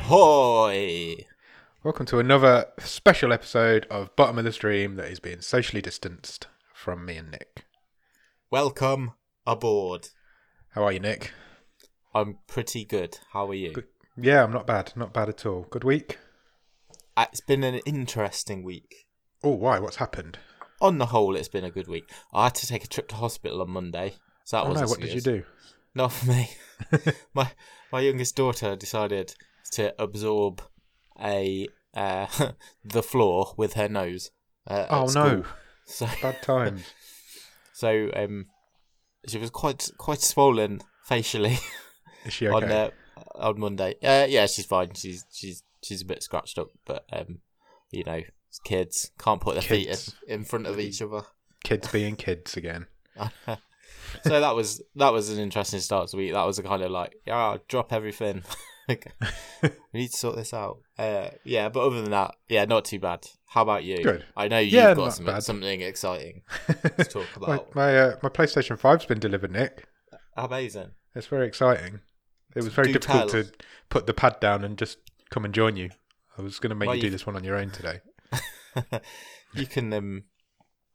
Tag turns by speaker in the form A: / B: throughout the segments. A: Ahoy!
B: Welcome to another special episode of Bottom of the Stream that is being socially distanced from me and Nick.
A: Welcome aboard.
B: How are you, Nick?
A: I'm pretty good. How are you?
B: Good. Yeah, I'm not bad. Not bad at all. Good week?
A: Uh, It's been an interesting week.
B: Oh, why? What's happened?
A: On the whole, it's been a good week. I had to take a trip to hospital on Monday, so that
B: oh,
A: wasn't
B: no, what did
A: serious.
B: you do?
A: Not for me. my my youngest daughter decided to absorb a uh, the floor with her nose. Uh, at
B: Oh, no.
A: school. So
B: Bad times.
A: so um, she was quite quite swollen facially.
B: Is she
A: on
B: okay?
A: uh, on Monday. Uh, yeah, she's fine. She's she's she's a bit scratched up, but um, you know, it's kids can't put their
B: Kids.
A: feet in, in front of each other.
B: Kids being kids again.
A: So that was that was an interesting start to the week. That was a kind of like, yeah, I'll drop everything. Okay. we need to sort this out. Uh, yeah, but other than that, yeah, not too bad. How about you?
B: Good.
A: I know you've
B: Yeah,
A: got
B: not
A: something,
B: bad.
A: something exciting to talk
B: my
A: about.
B: my, uh, my PlayStation 5's been delivered, Nick.
A: Amazing.
B: It's very exciting. It was very
A: Do
B: difficult
A: tell.
B: to put the pad down and just come and join you. I was going to make
A: Well,
B: you do
A: you've-
B: this one on your own today.
A: you can um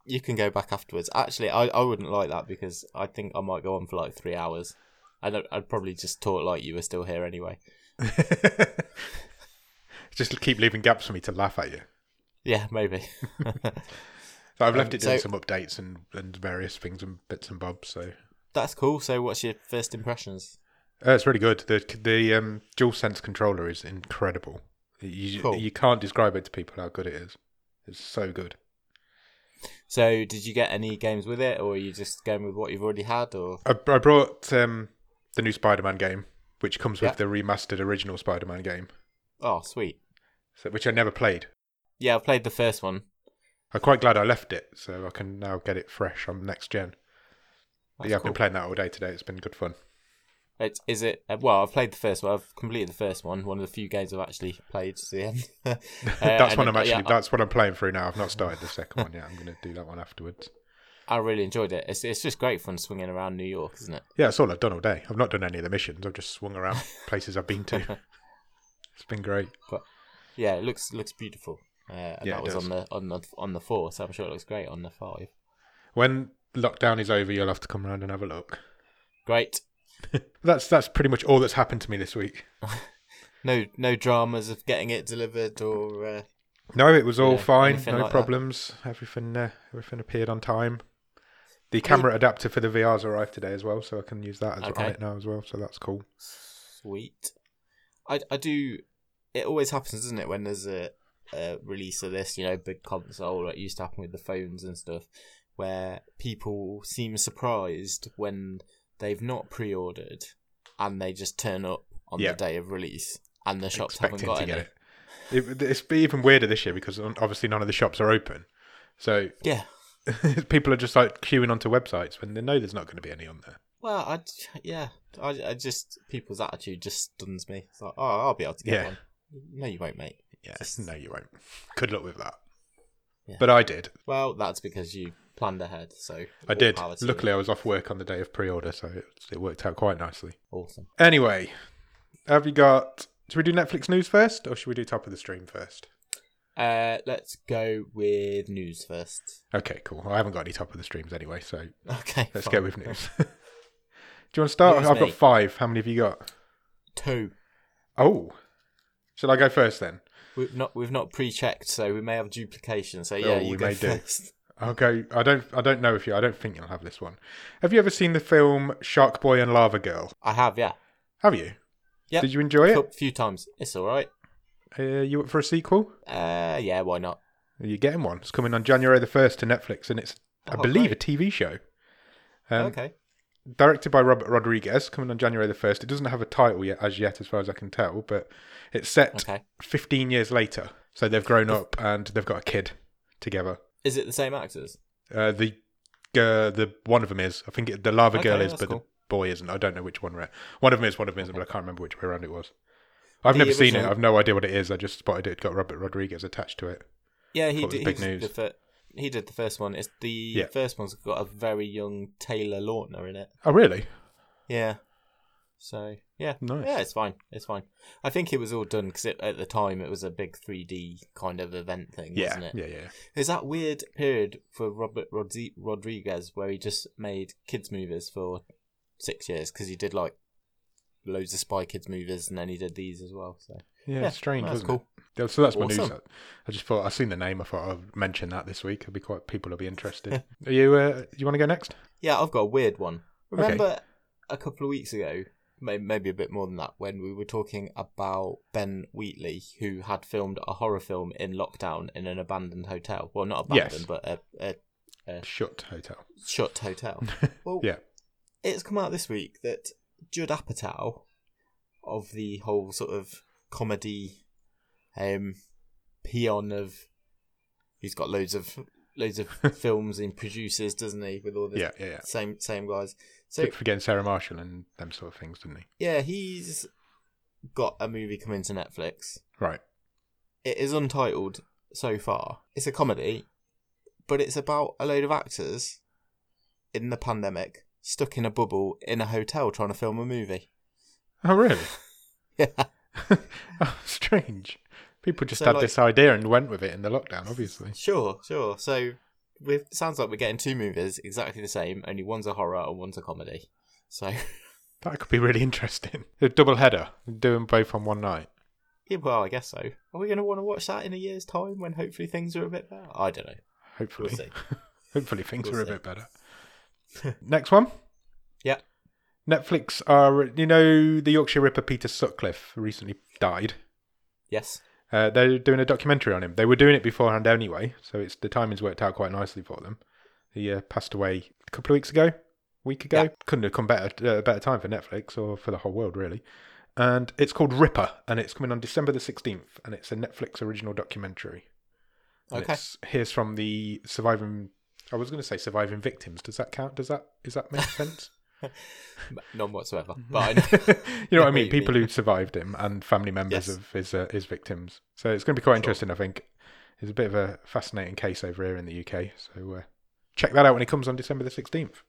A: you can go back afterwards. Actually, I, I wouldn't like that because I think I might go on for like three hours. I don't, I'd probably just talk like you were still here anyway.
B: just keep leaving gaps for me to laugh at you.
A: Yeah, maybe.
B: So I've left it doing
A: Um, so-
B: some updates and, and various things and bits and bobs. So
A: That's cool. So, what's your first impressions?
B: uh, it's really good. The the um, DualSense controller is incredible. You
A: Cool.
B: you can't describe it to people how good it is. It's so good.
A: So, did you get any games with it, or are you just going with what you've already had? Or
B: I, I brought um, the new Spider-Man game, which comes with
A: Yeah.
B: the remastered original Spider-Man game,
A: oh, sweet.
B: so, which I never played.
A: Yeah, I played the first one.
B: I'm quite glad I left it, so I can now get it fresh on next gen. But
A: That's
B: yeah, I've
A: cool.
B: been playing that all day today. It's been good fun.
A: It's, is it? uh, Well, I've played the first one. I've completed the first one. One of the few games I've actually played to the end. Uh,
B: that's
A: and,
B: what I'm
A: uh,
B: actually.
A: yeah, I-
B: that's what I'm playing through now. I've not started the second one yet. I'm going to do that one afterwards.
A: I really enjoyed it. It's it's just great fun swinging around New York, isn't it?
B: Yeah, that's all I've done all day. I've not done any of the missions. I've just swung around places I've been to. It's been great.
A: Yeah, it looks looks beautiful. Uh, and
B: Yeah,
A: that
B: it
A: was
B: does.
A: on the on the on the four, so I'm sure it looks great on the five.
B: When lockdown is over, you'll have to come round and have a look.
A: Great.
B: That's that's pretty much all that's happened to me this week.
A: No no dramas of getting it delivered or uh,
B: No, it was all
A: Yeah,
B: fine.
A: anything
B: No
A: like that.
B: problems. Everything uh, everything appeared on time. The camera adapter for the VR's arrived today as well, so I can use that as
A: Okay.
B: on it now as well. So that's cool.
A: sweet. I I do. It always happens, doesn't it, when there's a, a release of this, you know, big console like used to happen with the phones and stuff, where people seem surprised when they've not pre-ordered and they just turn up on
B: Yeah.
A: the day of release and the shops haven't
B: expecting
A: got
B: to
A: any.
B: get it. it. It's been even weirder this year because um, obviously none of the shops are open. So
A: Yeah.
B: people are just like queuing onto websites when they know there's not going to be any on there.
A: Well, I j- yeah, I, I just people's attitude just stuns me. It's like, oh, I'll be able to get
B: Yeah.
A: one. No, you won't, mate.
B: Yeah,
A: Just-
B: no, you won't. Good luck with that.
A: Yeah.
B: But I did.
A: Well, that's because you planned ahead. So
B: I
A: all
B: did.
A: power to you.
B: Luckily, I was off work on the day of pre-order, so it, it worked out quite nicely.
A: awesome.
B: Anyway, have you got? Should we do Netflix news first, or should we do top of the stream first?
A: Uh, let's go with news first.
B: Okay, cool. I haven't got any top of the streams anyway, so
A: Okay,
B: let's
A: fine.
B: go with news. do you want to start?
A: News,
B: I've got
A: mate.
B: five. How many have you got?
A: two.
B: Oh, shall I go first then?
A: We've not we've not pre-checked, so we may have duplication. So yeah,
B: Oh,
A: you
B: we
A: go
B: may do.
A: first.
B: I'll go. I don't. I don't know if you. I don't think you'll have this one. Have you ever seen the film Shark Boy and Lava Girl?
A: I have, yeah,
B: Have you?
A: Yep.
B: Did you enjoy
A: a
B: it?
A: cou- few times. It's all right.
B: Uh, you up for a sequel?
A: Uh, yeah, why not?
B: Are you getting one? It's coming on January the first to Netflix, and it's I
A: Oh,
B: believe a TV show. Um,
A: okay,
B: Directed by Robert Rodriguez, coming on January the first. It doesn't have a title yet, as yet, as far as I can tell, but it's set
A: okay.
B: 15 years later. So they've grown up and they've got a kid together.
A: Is it the same actors?
B: Uh, the uh, the one of them is. I think it, the lava
A: Okay,
B: girl is,
A: that's
B: but
A: cool.
B: the boy isn't. I don't know which one. Re- one of them is. One of them isn't. But I can't remember which way around it was. I've
A: The
B: never seen it.
A: original-
B: I've no idea what it is. I just spotted it. It got Robert Rodriguez attached to it.
A: Yeah, he
B: Thought it
A: did.
B: was
A: He,
B: big
A: did the
B: news.
A: fir- he did the first one. It's the
B: Yeah.
A: first one's got a very young Taylor Lautner in it.
B: Oh, really?
A: Yeah, So yeah,
B: Nice.
A: yeah, it's fine. It's fine. I think it was all done because at the time it was a big 3D kind of event thing,
B: Yeah,
A: wasn't it?
B: yeah, yeah.
A: There's that weird period for Robert Rodzi- Rodriguez where he just made kids movies for six years because he did like loads of Spy Kids movies and then he did these as well. So
B: Yeah,
A: Yeah,
B: strange,
A: that's
B: wasn't it? Yeah, So that's my news.
A: Awesome.
B: I just thought I seen the name. I thought I'd mention that this week. I'd be quite people will be interested. Are you? Uh, you want to go next?
A: yeah, I've got a weird one.
B: Okay.
A: Remember a couple of weeks ago, may- maybe a bit more than that, when we were talking about Ben Wheatley, who had filmed a horror film in lockdown in an abandoned hotel. Well, not abandoned,
B: Yes.
A: but a, a
B: Shut hotel.
A: shut hotel. Well,
B: Yeah.
A: it's come out this week that Judd Apatow, of the whole sort of comedy um, peon of, he's got loads of loads of films and produces, doesn't he? With all the
B: Yeah, yeah, yeah.
A: same same guys. So
B: Good for getting Sarah Marshall and them sort of things, didn't he?
A: yeah, he's got a movie coming to Netflix.
B: Right.
A: It is untitled so far. It's a comedy, but it's about a load of actors in the pandemic stuck in a bubble in a hotel trying to film a movie.
B: Oh, really?
A: Yeah.
B: oh, strange. People just
A: So,
B: had
A: like-
B: this idea and went with it in the lockdown, obviously.
A: Sure, sure. So we sounds like we're getting two movies exactly the same, only one's a horror and one's a comedy. So
B: That could be really interesting. A double header, doing both on one night.
A: yeah, well, I guess so. Are we going to want to watch that in a year's time when hopefully things are a bit better? I don't know.
B: Hopefully,
A: We'll see.
B: hopefully things
A: We'll
B: are a
A: see.
B: bit better. Next one.
A: Yeah.
B: Netflix are you know the Yorkshire Ripper Peter Sutcliffe recently died.
A: Yes.
B: Uh, they're doing a documentary on him. They were doing it beforehand anyway, so it's the timing's worked out quite nicely for them. He uh, passed away a couple of weeks ago, week ago.
A: Yeah.
B: Couldn't have come better uh, better time for Netflix or for the whole world really. And it's called Ripper, and it's coming on December the sixteenth, and it's a Netflix original documentary. And
A: Okay.
B: It's, here's from the surviving. I was going to say surviving victims. Does that count? Does that is that make sense?
A: None whatsoever. But I know.
B: you know what I
A: What
B: mean?
A: you
B: People
A: mean.
B: who survived him and family members
A: Yes.
B: of his uh, his victims. So it's going to be quite
A: Sure.
B: interesting. I think it's a bit of a fascinating case over here in the UK. So uh, check that out when it comes on December the sixteenth.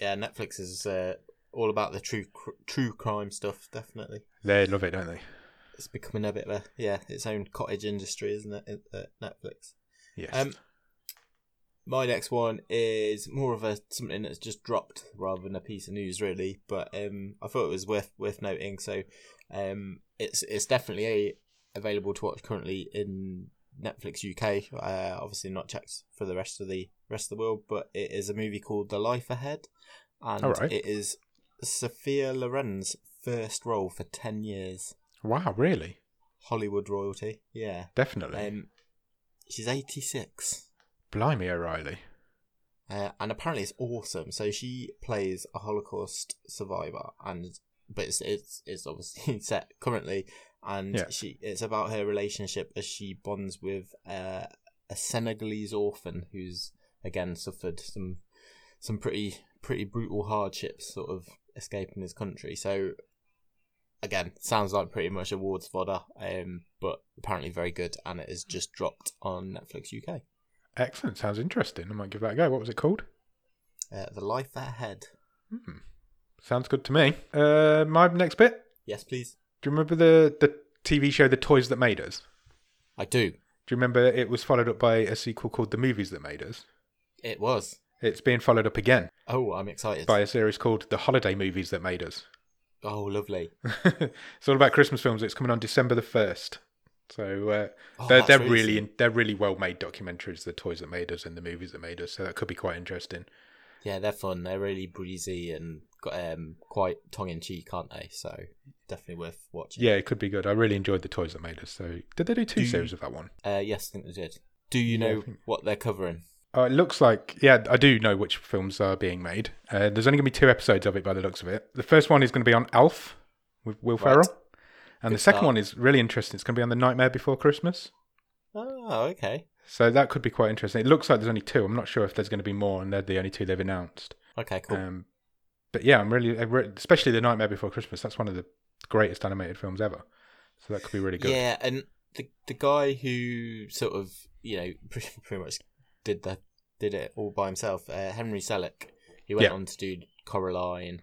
A: Yeah, Netflix is uh, all about the true cr- true crime stuff. Definitely,
B: They love it, don't they?
A: it's becoming a bit of a yeah its own cottage industry, isn't it? it- Uh, Netflix.
B: Yes.
A: Um, my next one is more of a something that's just dropped rather than a piece of news, really. But um, I thought it was worth worth noting. So, um, it's it's definitely a, available to watch currently in Netflix UK. Uh, obviously not checked for the rest of the rest of the world, but it is a movie called The Life Ahead, and
B: All right.
A: it is Sophia Loren's first role for ten years,
B: wow, really?
A: Hollywood royalty. Yeah,
B: Definitely.
A: um, she's eighty six.
B: Blimey, O'Reilly.
A: uh, and apparently it's awesome. So she plays a Holocaust survivor, and but it's it's, it's obviously set currently, and
B: Yeah.
A: she it's about her relationship as she bonds with uh, a Senegalese orphan who's again suffered some some pretty pretty brutal hardships, sort of escaping his country. So again, sounds like pretty much awards fodder, um, but apparently very good, and it is just dropped on Netflix UK.
B: Excellent. Sounds interesting. I might give that a go. What was it called?
A: Uh, the life ahead.
B: Hmm. Sounds good to me. Uh, my next bit.
A: Yes, please.
B: Do you remember the the TV show The Toys That Made Us?
A: I do.
B: Do you remember it was followed up by a sequel called The Movies That Made Us?
A: It was.
B: It's being followed up again
A: Oh, I'm excited.
B: by a series called The Holiday Movies That Made Us.
A: Oh, lovely.
B: it's all about Christmas films. It's coming on December the first. So uh,
A: Oh,
B: they're
A: that's
B: they're
A: really
B: really
A: soon.
B: they're really well made documentaries. The toys that made us and the movies that made us. So that could be quite interesting.
A: Yeah, they're fun. They're really breezy and um, quite tongue in cheek, aren't they? So definitely worth watching.
B: Yeah, it could be good. I really enjoyed the toys that made us. So did they do two
A: Do you-
B: series of that one?
A: Uh, yes, I think they did. Do you
B: Yeah, I
A: know
B: think-
A: what they're covering?
B: Uh, it looks like, yeah, I do know which films are being made. Uh, there's only going to be two episodes of it by the looks of it. The first one is going to be on Alf with Will
A: Right.
B: Ferrell. And the
A: Good
B: second
A: start.
B: one is really interesting. It's going to be on The Nightmare Before Christmas.
A: Oh, okay.
B: So that could be quite interesting. It looks like there's only two. I'm not sure if there's going to be more, and they're the only two they've announced.
A: Okay, cool.
B: Um, but yeah, I'm really, I re- especially The Nightmare Before Christmas. That's one of the greatest animated films ever. So that could be really good.
A: Yeah, and the the guy who sort of you know pretty, pretty much did that did it all by himself, uh, Henry Selick. He went
B: Yeah.
A: on to do Coraline,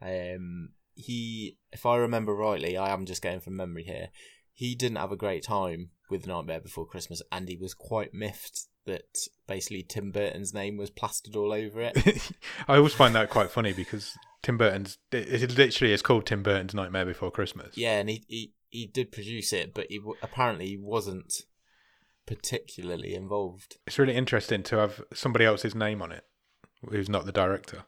A: um, he, if I remember rightly, I am just going from memory here. He didn't have a great time with Nightmare Before Christmas, and he was quite miffed that basically Tim Burton's name was plastered all over it.
B: I always find that quite funny because Tim Burton's it, it literally is called Tim Burton's Nightmare Before Christmas.
A: Yeah, and he he, he did produce it, but he w- apparently he wasn't particularly involved.
B: It's really interesting to have somebody else's name on it who's not the director.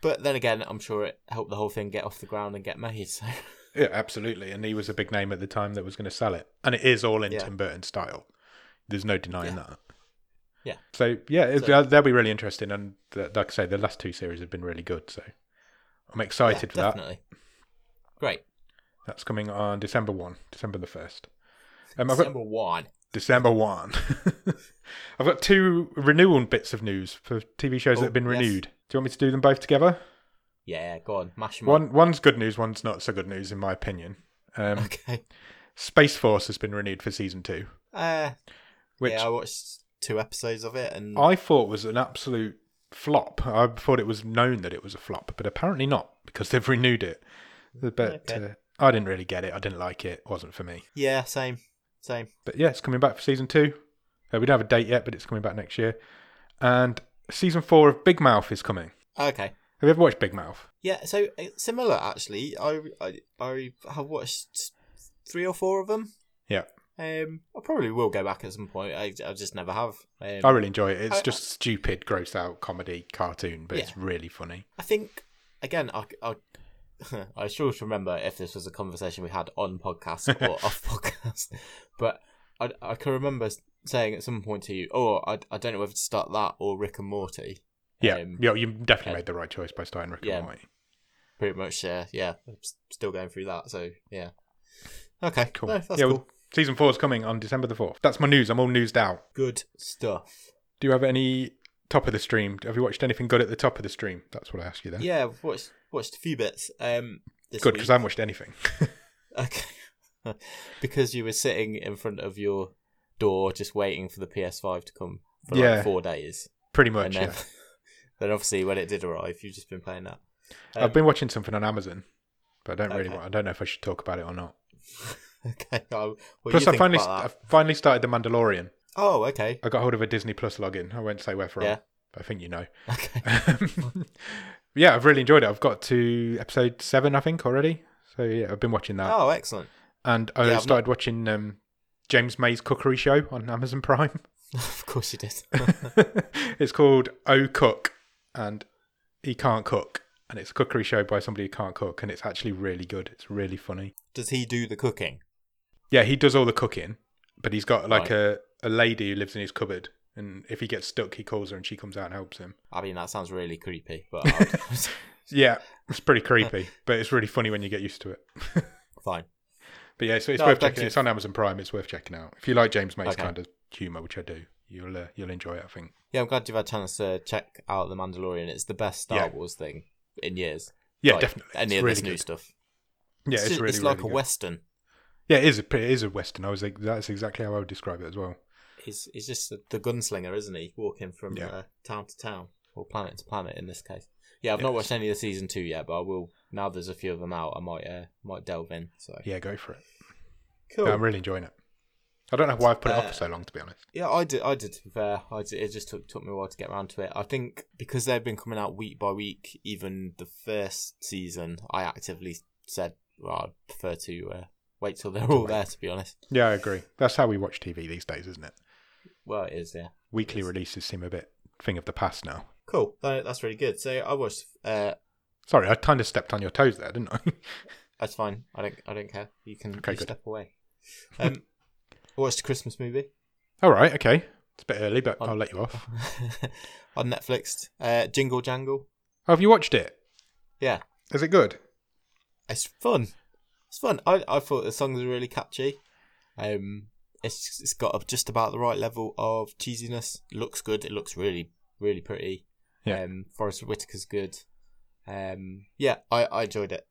A: But then again, I'm sure it helped the whole thing get off the ground and get made. So
B: Yeah, absolutely. And he was a big name at the time that was going to sell it. And it is all in
A: Yeah.
B: Tim Burton style. There's no denying
A: Yeah.
B: that.
A: Yeah.
B: So, yeah, it,
A: So-
B: that'll be really interesting. And th- like I say, the last two series have been really good. So I'm
A: yeah,
B: excited for that.
A: definitely great.
B: That's coming on December 1, December the 1st. Um, I've got
A: Number one.
B: December 1. I've got two renewal bits of news for TV shows
A: Oh,
B: that have been
A: yes.
B: renewed. Do you want me to do them both together?
A: Yeah, go on, mash 'em up.
B: One, one's good news, one's not so good news, in my opinion. Um,
A: Okay.
B: Space Force has been renewed for season two,
A: Uh,
B: which
A: yeah, I watched two episodes of it, and
B: I thought was an absolute flop. I thought it was known that it was a flop, but apparently not because they've renewed it. But
A: Okay.
B: uh, I didn't really get it. I didn't like it. It wasn't for me.
A: yeah, same, same.
B: But yeah, it's coming back for season two. Uh, we don't have a date yet, but it's coming back next year. And season four of Big Mouth is coming.
A: Okay.
B: Have you ever watched Big Mouth?
A: Yeah, so uh, similar actually. I I I have watched three or four of them.
B: Yeah,
A: Um, I probably will go back at some point. I I just never have. Um,
B: I really enjoy it. It's
A: I-
B: just stupid, gross out comedy cartoon, but it's
A: Yeah.
B: really funny.
A: I think again, I I, I struggle to remember if this was a conversation we had on podcast or off podcast, but I I can remember s- saying at some point to you, "Oh, I I don't know whether to start that or Rick and Morty."
B: Yeah,
A: Um,
B: yeah, you definitely
A: yeah.
B: made the right choice by starting Rick
A: Yeah.
B: and Morty.
A: Pretty much, yeah, yeah. I'm s- still going through that, so yeah. Okay,
B: Cool.
A: no, that's
B: yeah,
A: cool.
B: well, season four is coming on December the fourth. That's my news. I'm all newsed out.
A: Good stuff.
B: Do you have any top of the stream? Have you watched anything good at the top of the stream? That's what I asked you then.
A: Yeah, I've watched watched a few bits. Um, this
B: good because I
A: week.
B: haven't watched anything.
A: okay, because you were sitting in front of your door just waiting for the PS5 to come for
B: Yeah.
A: like four days,
B: Pretty much.
A: and then
B: yeah.
A: then obviously when it did arrive, you've just been playing that.
B: I've been watching something on Amazon, but I don't really.
A: Um, Okay.
B: Want, I don't know if I should talk about it or not.
A: Okay, I'll, what do
B: Plus,
A: you
B: I
A: think
B: finally,
A: about
B: I
A: that?
B: finally started The Mandalorian.
A: Oh, okay,
B: I got hold of a Disney Plus login. I won't say where from.
A: Yeah.
B: But I think you know.
A: okay,
B: yeah, I've really enjoyed it. I've got to episode seven, I think, already. So yeah, I've been watching that,
A: oh, excellent.
B: and I
A: Yeah, I've
B: started watching um, James May's cookery show on Amazon Prime.
A: of course you did.
B: it's called Oh Cook, and he can't cook, and it's a cookery show by somebody who can't cook, and it's actually really good. It's really funny.
A: Does he do the cooking?
B: Yeah, he does all the cooking, but he's got like
A: Right.
B: a, a lady who lives in his cupboard, and if he gets stuck, he calls her, and she comes out and helps him.
A: I mean, that sounds really creepy, but I'll-
B: Yeah, it's pretty creepy, but it's really funny when you get used to it.
A: fine.
B: But yeah, so it's
A: No,
B: worth
A: I've done
B: checking.
A: it.
B: It's on Amazon Prime. It's worth checking out if you like James May's
A: Okay.
B: kind of humor, which I do. You'll uh, you'll enjoy it, I think.
A: Yeah, I'm glad you've had a chance to check out The Mandalorian. It's the best Star
B: Yeah.
A: Wars thing in years.
B: Yeah,
A: Like,
B: definitely. it's
A: Any of
B: really
A: this new
B: good.
A: stuff.
B: Yeah, it's, really
A: it's like
B: really
A: a
B: good.
A: western.
B: Yeah, it is a it is a western. I was like, that's exactly how I would describe it as well.
A: He's he's just the gunslinger, isn't he? Walking from
B: Yeah.
A: uh, town to town or planet to planet in this case. Yeah, I've not watched any of the season two yet, but I will now. There's a few of them out. I might uh, might delve in. So
B: Yeah, go for it.
A: cool.
B: No, I'm really enjoying it. I don't know why I've put it off
A: Uh,
B: for so long, to be honest.
A: Yeah, I did. I did. To be fair, I did, it just took took me a while to get around to it. I think because they've been coming out week by week, even the first season, I actively said, "Well, I prefer to uh, wait till they're all there." To be honest,
B: Yeah, I agree. That's how we watch TV these days, isn't it?
A: well, it is. Yeah,
B: Weekly releases seem a bit thing of the past now.
A: cool. That, that's really good. So I watched. Uh,
B: Sorry, I kind of stepped on your toes there, didn't I?
A: that's fine. I don't. I don't care. You can
B: Okay,
A: you
B: good.
A: step away. Um, I watched a Christmas movie
B: All right, okay. It's a bit early, but
A: On-
B: I'll let you off.
A: on Netflix. Uh, Jingle Jangle.
B: Oh, have you watched it?
A: Yeah,
B: Is it good?
A: it's fun. It's fun. I, I thought the songs were really catchy. Um, it's it's got a, just about the right level of cheesiness. It looks good. It looks really really pretty.
B: Yeah.
A: Um, Forrest Whitaker's good. Um, yeah, I, I enjoyed it.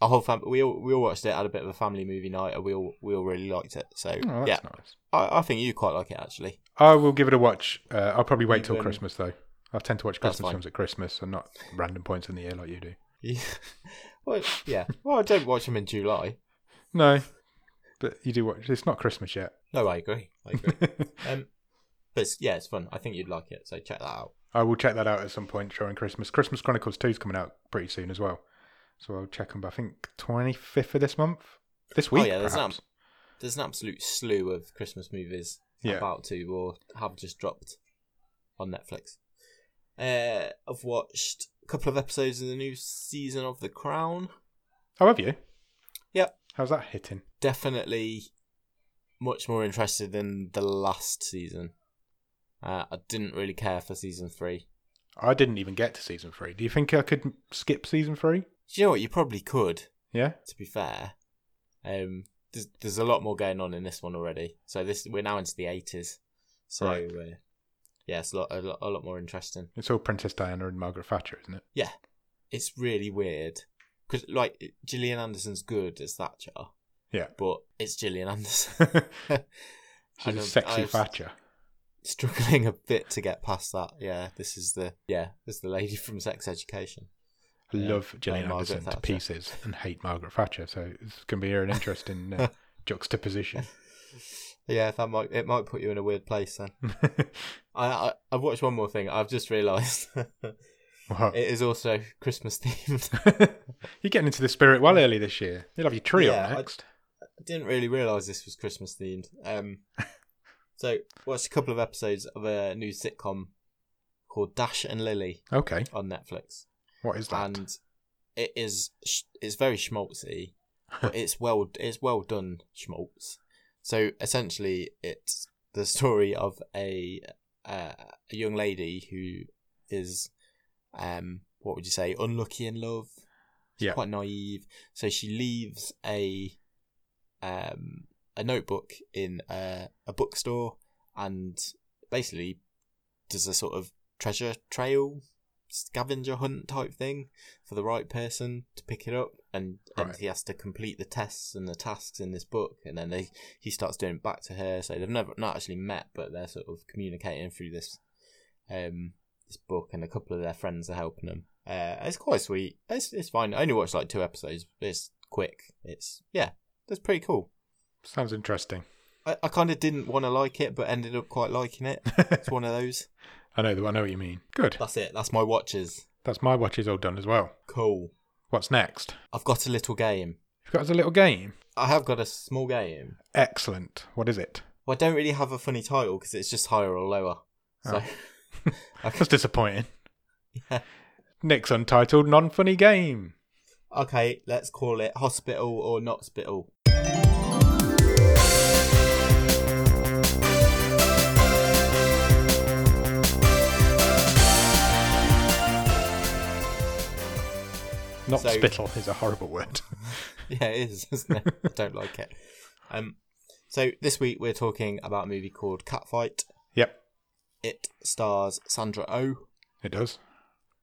A: Our whole family we all we all watched it. Had a bit of a family movie night, and we all we all really liked it. So
B: Oh, that's
A: yeah,
B: nice.
A: I, I think you quite like it actually.
B: I will give it a watch. Uh, I'll probably wait till
A: Even-
B: Christmas though. I tend to watch
A: That's
B: Christmas
A: fine.
B: films at Christmas and not random points in the year like you do.
A: Yeah. Well, yeah. Well, I don't watch them in July.
B: No, but you do watch. It's not Christmas yet.
A: No, I agree. I agree. um, but it's, yeah, it's fun. I think you'd like it. So check that out.
B: I will check that out at some point during Christmas. Christmas Chronicles 2 is coming out pretty soon as well. So I'll check them, I think, 25th of this month? This week,
A: oh yeah, there's an,
B: perhaps.
A: ab- there's an absolute slew of Christmas movies
B: Yeah.
A: about to or have just dropped on Netflix. Uh, I've watched a couple of episodes of the new season of The Crown.
B: How Oh, have you?
A: Yep.
B: How's that hitting?
A: Definitely much more interested in the last season. Uh, I didn't really care for season three.
B: I didn't even get to season three. Do you think I could skip season three?
A: Do you know what? You probably could.
B: Yeah.
A: to be fair. Um, there's, there's a lot more going on in this one already. So this we're now into the eighties. So
B: Right.
A: uh, yeah, it's a lot, a lot a lot more interesting.
B: It's all Princess Diana and Margaret Thatcher, isn't it?
A: Yeah, it's really weird because like Gillian Anderson's good as Thatcher.
B: Yeah.
A: but it's Gillian Anderson.
B: She's
A: And
B: a
A: I'm-
B: sexy
A: I've-
B: Thatcher.
A: Struggling a bit to get past that. Yeah, this is the yeah this is the lady from Sex Education.
B: I
A: Yeah,
B: love Gillian
A: like Margaret
B: Anderson to
A: Thatcher.
B: pieces and hate Margaret Thatcher. So it's going to be an interesting uh, juxtaposition.
A: Yeah, that might it might put you in a weird place then.
B: Hmm.
A: I I, I watched one more thing. I've just realised it
B: What?
A: is also Christmas themed.
B: You're getting into the spirit well early this year. You'll have your tree
A: Yeah,
B: on
A: I-
B: next.
A: didn't really realize this was Christmas themed. Um, so watched a couple of episodes of a new sitcom called Dash and Lily
B: Okay.
A: on Netflix,
B: What is that?
A: and it is sh- it's very schmaltzy, but it's well it's well done schmaltz. So essentially, it's the story of a uh, a young lady who is um what would you say unlucky in love
B: yeah.
A: quite naive. So she leaves a um a notebook in a, a bookstore and basically does a sort of treasure trail scavenger hunt type thing for the right person to pick it up and, and
B: Right.
A: he has to complete the tests and the tasks in this book and then they he starts doing it back to her so they've never not actually met but they're sort of communicating through this um this book and a couple of their friends are helping them. Uh, it's quite sweet. It's it's fine. I only watched like two episodes. but It's quick. It's yeah, that's pretty cool.
B: Sounds interesting.
A: I, I kind of didn't want to like it, but ended up quite liking it. It's one of those.
B: I know. the- I know what you mean. Good.
A: That's it. That's my watches.
B: That's my watches all done as well.
A: Cool.
B: What's next?
A: I've got a little game.
B: You've got us a little game.
A: I have got a small game.
B: Excellent. What is it?
A: Well, I don't really have a funny title because it's just higher or lower. So
B: That's disappointing.
A: Yeah.
B: Nick's untitled non-funny game.
A: okay, let's call it hospital or not hospital.
B: Not
A: So-
B: spittle is a horrible word.
A: Yeah, it is, isn't it? I don't like it. Um, so this week we're talking about a movie called Catfight.
B: yep,
A: It stars Sandra O. Oh.
B: it does.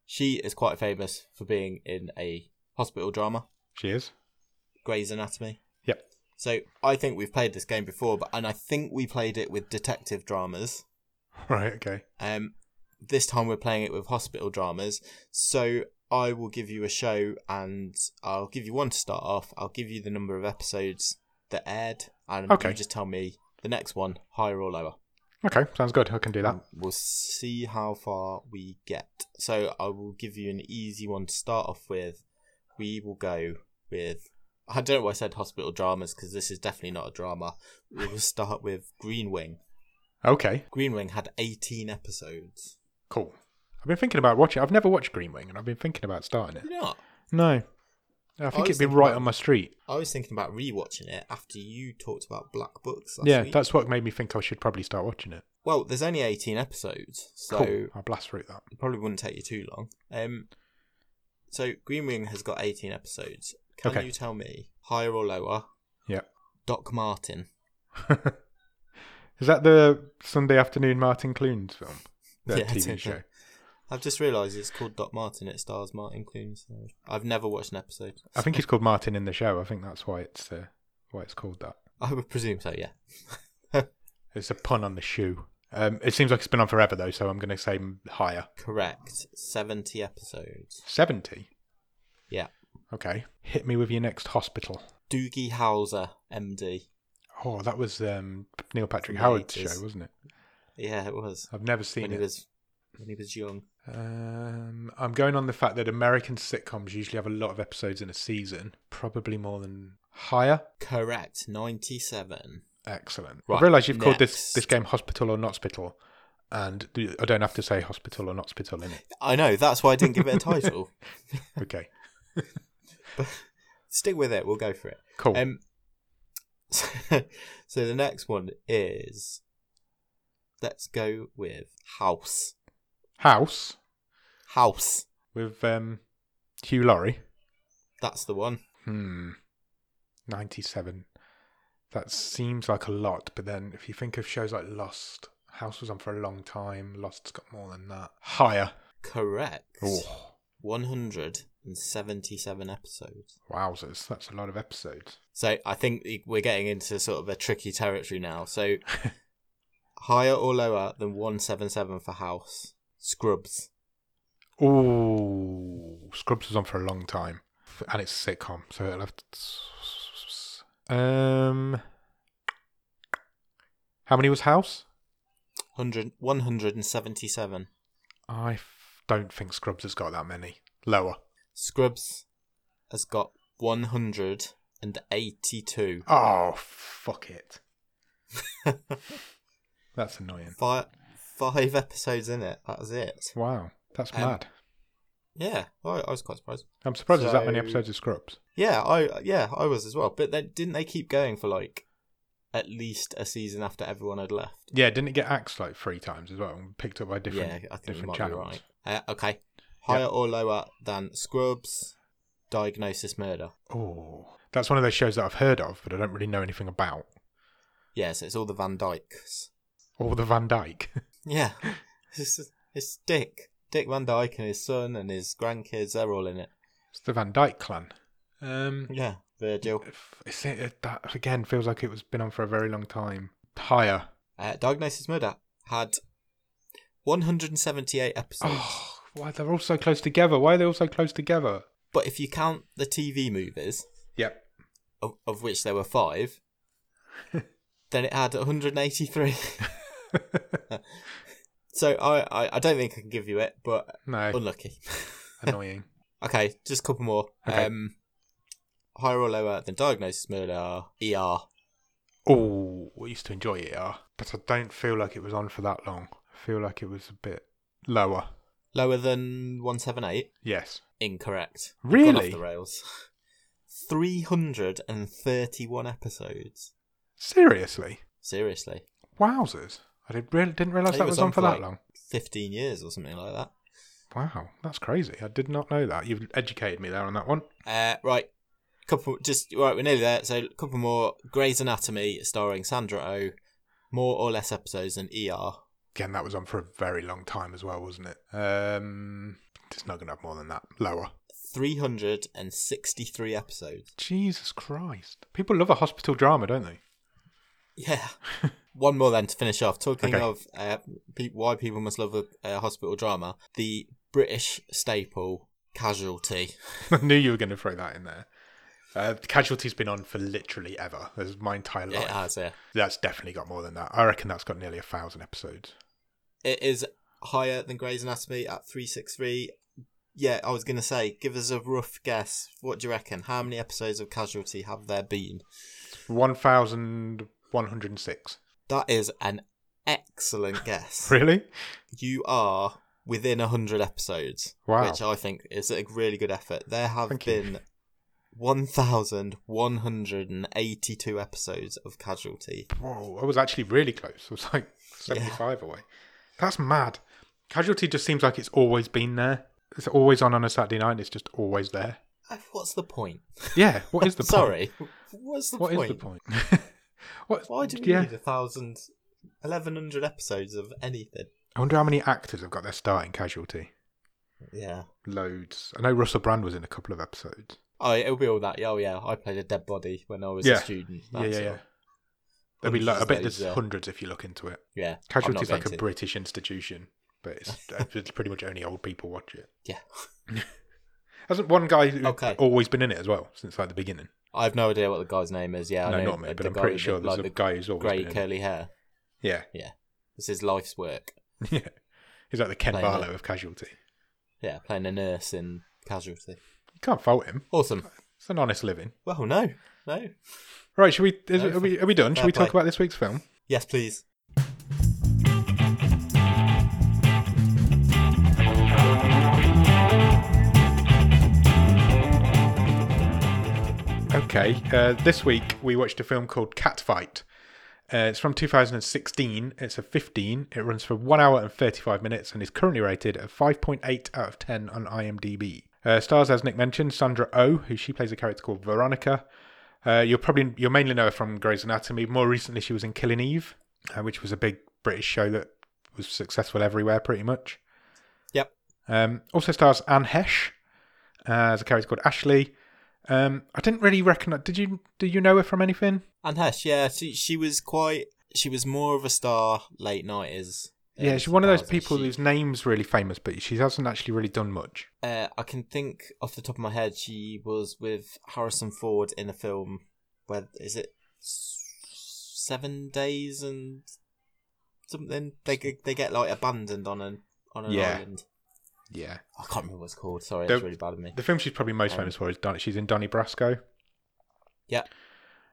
A: She is quite famous for being in a hospital drama,
B: She is.
A: Grey's Anatomy.
B: Yep.
A: So I think we've played this game before, but and I think we played it with detective dramas.
B: Right. Okay.
A: Um, this time we're playing it with hospital dramas. So I will give you a show, and I'll give you one to start off. I'll give you the number of episodes that aired, and
B: Okay.
A: you just tell me the next one, higher or lower.
B: Okay. Sounds good. I can do that.
A: We'll see how far we get. So I will give you an easy one to start off with. We will go with. I don't know why I said hospital dramas because this is definitely not a drama. We will start with Green Wing.
B: Okay.
A: Green Wing had 18 episodes.
B: Cool. I've been thinking about watching. I've never watched Green Wing, and I've been thinking about starting it.
A: Did you not?
B: No. I think it'd
A: was
B: be
A: thinking
B: right
A: about-
B: on my street.
A: I was thinking about rewatching it after you talked about Black Books. Last
B: yeah,
A: week.
B: that's what made me think I should probably start watching it.
A: well. There's only 18 episodes, so
B: cool. I'll blast through that.
A: it probably wouldn't take you too long. Um, so Green Wing has got 18 episodes. Can
B: Okay.
A: you tell me higher or lower?
B: Yep.
A: Doc Martin.
B: Is that the Sunday afternoon Martin Clunes film? The
A: Yeah, I
B: TV
A: don't
B: show.
A: know. I've just realised it's called Doc Martin. It stars Martin Clunes. So I've never watched an episode.
B: I think it's called Martin in the show. I think that's why it's uh, why it's called that.
A: I would presume so. Yeah.
B: It's a pun on the shoe. Um, it seems like it's been on forever though, so I'm going to say m- higher
A: Correct. 70 episodes.
B: seventy.
A: Yeah.
B: Okay. Hit me with your next hospital.
A: Doogie Howser, MD.
B: Oh, that was um, Neil Patrick
A: From the
B: Howard's
A: 80s.
B: show, wasn't it?
A: Yeah, it was
B: I've never seen
A: when
B: it.
A: he was when he was young.
B: Um, I'm going on the fact that American sitcoms usually have a lot of episodes in a season, probably more than higher.
A: Correct, ninety-seven.
B: Excellent. I
A: Right,
B: realise you've called this this
A: next.
B: game Hospital or Not Hospital, and th- I don't have to say Hospital or Not Hospital in it.
A: I know that's why I didn't give it a title.
B: Okay,
A: Stick with it. We'll go for it.
B: cool.
A: Um, so, the next one is let's go with House.
B: House
A: House.
B: with um, Hugh Laurie.
A: That's the one.
B: Hmm. 97. That seems like a lot, but then if you think of shows like Lost, House was on for a long time, Lost's got more than that. Higher.
A: Correct.
B: Oh,
A: One hundred and seventy-seven episodes.
B: wowzers. That's a lot of episodes.
A: So I think we're getting into sort of a tricky territory now. So higher or lower than one seven seven for House. Scrubs.
B: Ooh, Scrubs was on for a long time, and it's a sitcom, so it'll have. To... Um, how many was House?
A: 100, 177.
B: I f- don't think Scrubs has got that many. Lower.
A: Scrubs has got one hundred and eighty-two.
B: Oh, fuck it. That's annoying.
A: five five episodes in it. That was it.
B: Wow, that's
A: Um,
B: mad.
A: Yeah, I, I was quite surprised.
B: I'm surprised there's that many
A: so-
B: episodes of Scrubs.
A: Yeah, I yeah I was as well. But then didn't they keep going for like at least a season after everyone had left?
B: Yeah, didn't it get axed like three times as well? and Picked up by different,
A: yeah, I think you
B: different
A: might
B: channels.
A: be right. Uh, okay, higher or lower than Scrubs, Diagnosis Murder.
B: Oh, that's one of those shows that I've heard of, but I don't really know anything about.
A: Yeah, so it's all the Van Dykes.
B: Or the Van Dyke.
A: Yeah, it's it's Dick. Dick Van Dyke and his son and his grandkids, they're all in it.
B: It's the Van Dyke Clan. Um,
A: Yeah, Virgil.
B: if- is it- uh, that again feels like it was been on for a very long time. Higher.
A: Uh, Diagnosis Murder had 178 episodes.
B: Oh, why they're all so close together? Why are they all so close together?
A: But if you count the TV movies,
B: Yep.
A: of, of which there were five, then it had 183. so I, I, I don't think I can give you it, but
B: no,
A: unlucky.
B: annoying.
A: okay, just a couple more.
B: Okay.
A: Um, higher or lower than Diagnosis Murder, ER.
B: Oh, we used to enjoy it, yeah. but I don't feel like it was on for that long. I feel like it was a bit lower.
A: Lower than 178?
B: Yes.
A: Incorrect. Gone off
B: Really?
A: the rails. 331 episodes.
B: Seriously?
A: Seriously.
B: Wowzers! I did really didn't realize
A: It
B: that was,
A: was
B: on,
A: on
B: for
A: for,
B: that
A: like-
B: long.
A: 15 years or something like that.
B: Wow, that's crazy. I did not know that. You've educated me there on that one.
A: Uh, right, couple just right. We're nearly there. So, a couple more. Grey's Anatomy, starring Sandra O. Oh, more or less episodes than ER.
B: Again, that was on for a very long time as well, wasn't it? Um, it's not going to have more than that. Lower.
A: Three hundred and sixty-three episodes.
B: Jesus Christ! People love a hospital drama, don't they?
A: Yeah. One more then to finish off. Talking
B: Okay.
A: of uh, pe- why people must love a, a hospital drama, the British staple Casualty.
B: I knew you were going to throw that in there. Uh, Casualty's been on for literally ever. That's my entire life.
A: It has a.
B: That's definitely got more than that. I reckon that's got nearly a thousand episodes.
A: It is higher than Grey's Anatomy at three six three. Yeah, I was gonna say, give us a rough guess. What do you reckon? How many episodes of Casualty have there been?
B: One thousand one hundred six.
A: That is an excellent guess.
B: Really?
A: you are within 100 episodes,
B: Wow.
A: which I think is a really good effort. There have
B: Thank you.
A: been 1,182 episodes of Casualty.
B: Whoa, I was actually really close. I was like 75 away. That's mad. Casualty just seems like it's always been there. It's always on on a Saturday night and it's just always there.
A: Uh, What's the point?
B: Yeah, what is the
A: Sorry. What's the
B: point? What is
A: point?
B: the point? what,
A: Why do we
B: yeah.
A: need a thousand, 1,100 episodes of anything?
B: I wonder how many actors have got their start in Casualty.
A: Yeah.
B: Loads. I know Russell Brand was in a couple of episodes.
A: Oh, it'll be all that. Oh, yeah. I played a dead body when I was
B: Yeah.
A: a student.
B: yeah, yeah,
A: That's
B: yeah.
A: all.
B: There'll be lo- I
A: Hundreds of
B: bet
A: those,
B: there's
A: yeah.
B: hundreds if you look into it.
A: Yeah. I'm not
B: Casualty's like a
A: going
B: uh,
A: to.
B: British institution, but it's, it's pretty much only old people watch it.
A: Yeah.
B: Hasn't one guy who's
A: Okay.
B: always been in it as well since like the beginning?
A: I have no idea what the guy's name is. Yeah, I
B: no,
A: know
B: not me,
A: the
B: but I'm
A: guy
B: pretty
A: with
B: sure
A: the,
B: there's
A: like,
B: a guy who's
A: the
B: always
A: grey
B: been in it.
A: curly hair.
B: Yeah,
A: It's his life's work.
B: yeah. He's like the Ken
A: Playing it.
B: Barlow of Casualty.
A: Yeah, playing a nurse in Casualty.
B: You can't fault him.
A: Awesome.
B: It's an honest living.
A: Well, no, no.
B: Right, should we? Is,
A: No,
B: are we? Are we done? Should we
A: fair
B: talk
A: play.
B: about this week's film?
A: Yes, please.
B: Okay. Uh, this week we watched a film called Catfight. Uh, it's from 2016. It's a 15. It runs for one hour and 35 minutes and is currently rated a 5.8 out of 10 on IMDb. Uh, stars, as Nick mentioned, Sandra O, oh, who she plays a character called Veronica. Uh, you'll probably you'll mainly know her from Grey's Anatomy. More recently, she was in Killing Eve, uh, which was a big British show that was successful everywhere, pretty much.
A: Yep.
B: Um, also stars Anne Hesh uh, as a character called Ashley. Um, I didn't really recognize. Did you? Do you know her from anything?
A: And Hesh, yeah, she she was quite. She was more of a star late nighters. uh,
B: Yeah, she's one of those
A: 2000s.
B: people
A: She-
B: whose name's really famous, but she hasn't actually really done much.
A: Uh, I can think off the top of my head, she was with Harrison Ford in a film. Where is it? S- Seven days and something. They get- they get like abandoned on an on an
B: Yeah.
A: island.
B: Yeah, Oh.
A: I can't remember what it's called. Sorry,
B: The-
A: it's really bad of me.
B: the film she's probably most
A: Um,
B: famous for is Don- she's in Donnie Brasco.
A: Yeah,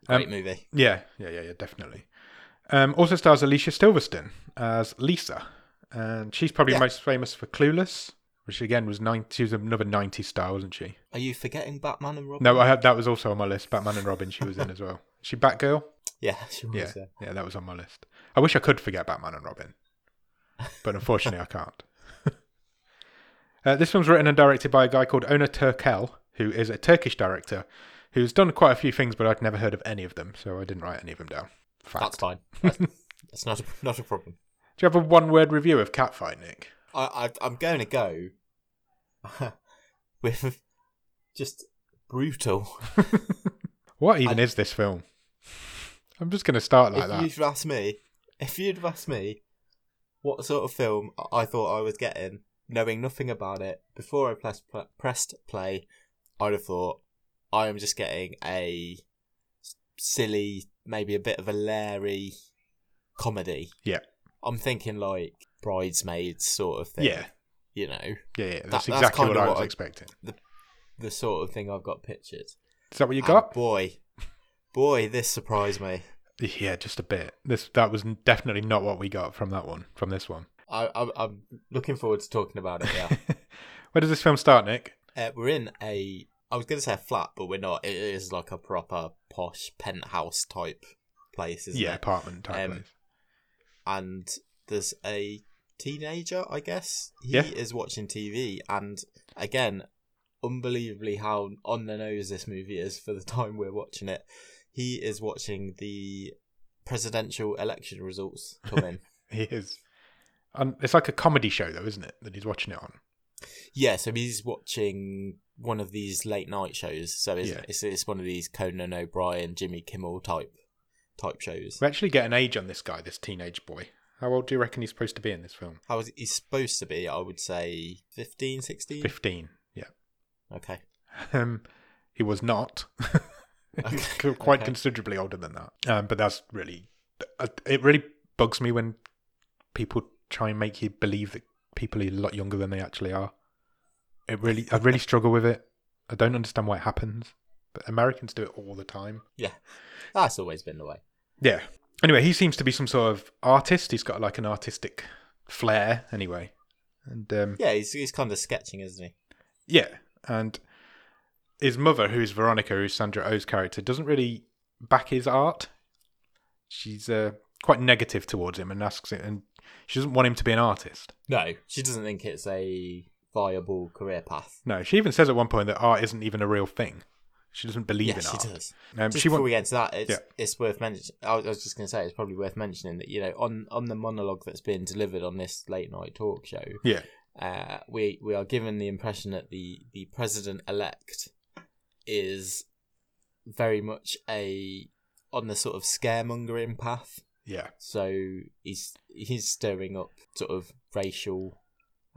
B: Um,
A: great movie.
B: Yeah, yeah, yeah, yeah, definitely. Um, also stars Alicia Silverstone as Lisa, and she's probably
A: Yeah.
B: most famous for Clueless, which again was nine. She was another '90s star, wasn't she?
A: Are you forgetting Batman and Robin?
B: No, I had, that was also on my list. Batman and Robin, she was in as well. She Batgirl.
A: Yeah, she was.
B: Yeah,
A: yeah.
B: yeah, that was on my list. I wish I could forget Batman and Robin, but unfortunately, I can't. uh, this one's written and directed by a guy called Ona Turkel, who is a Turkish director who's done quite a few things, but I'd never heard of any of them, so I didn't write any of them down. Fact.
A: That's fine. That's, that's not a, not a problem.
B: Do you have a one-word review of Catfight, Nick?
A: I, I I'm going to go with just brutal.
B: What even is this film? I'm just going to start like
A: if
B: that.
A: you'd have asked me, if you'd have asked me, what sort of film I- I thought I was getting, knowing nothing about it before I pressed pl- pressed play, I'd have thought I am just getting a s- silly, maybe a bit of a Larry comedy.
B: Yeah.
A: I'm thinking like bridesmaids sort of thing.
B: Yeah,
A: you know
B: yeah, yeah. That's
A: that's
B: exactly what
A: kinda
B: I
A: what
B: was
A: I-
B: expecting.
A: the sort of thing I've got pictured.
B: Is that what you
A: And
B: got?
A: boy, boy, this surprised me.
B: Yeah, just a bit. This that was definitely not what we got from that one. From this one.
A: I, I, I'm looking forward to talking about it. Yeah,
B: Where does this film start, Nick?
A: uh, we're in a. I was going to say a flat, but we're not. It is like a proper posh penthouse type place, isn't
B: yeah,
A: it?
B: apartment type
A: Um,
B: place.
A: And there's a teenager, I guess. He
B: Yeah.
A: is watching TV, and again, unbelievably how on the nose this movie is for the time we're watching it. He is watching the presidential election results come in.
B: He is. And it's like a comedy show, though, isn't it? That he's watching it on.
A: Yeah, so he's watching one of these late night shows. So it's
B: Yeah.
A: it's, it's one of these Conan O'Brien, Jimmy Kimmel type type shows.
B: We actually get an age on this guy, this teenage boy. How old do you reckon he's supposed to be in this film?
A: How is he supposed to be? I would say 15, 16?
B: Fifteen. Yeah.
A: Okay.
B: Um, he was not. He's
A: Okay,
B: quite
A: okay.
B: considerably older than that. Um, but that's really, uh, it really bugs me when people try and make you believe that people are a lot younger than they actually are. It really, I really struggle with it. I don't understand why it happens, but Americans do it all the time.
A: Yeah. That's always been the way.
B: Yeah. Anyway, he seems to be some sort of artist. He's got like an artistic flair, anyway. And um,
A: Yeah, he's, he's kind of sketching, isn't he?
B: yeah, and his mother, who is Veronica, who's Sandra O's character, doesn't really back his art. She's uh, quite negative towards him and asks it, and she doesn't want him to be an artist.
A: No, she doesn't think it's a viable career path.
B: No, she even says at one point that art isn't even a real thing. She doesn't believe
A: Yeah,
B: in
A: she
B: art.
A: does.
B: Um,
A: Just
B: she
A: before
B: wants.
A: we get into that, it's
B: Yeah.
A: it's worth mentioning. I was I was just going to say it's probably worth mentioning that you know on on the monologue that's being delivered on this late night talk show,
B: Yeah,
A: uh, we we are given the impression that the the president elect is very much a on the sort of scaremongering path.
B: yeah,
A: So he's he's stirring up sort of racial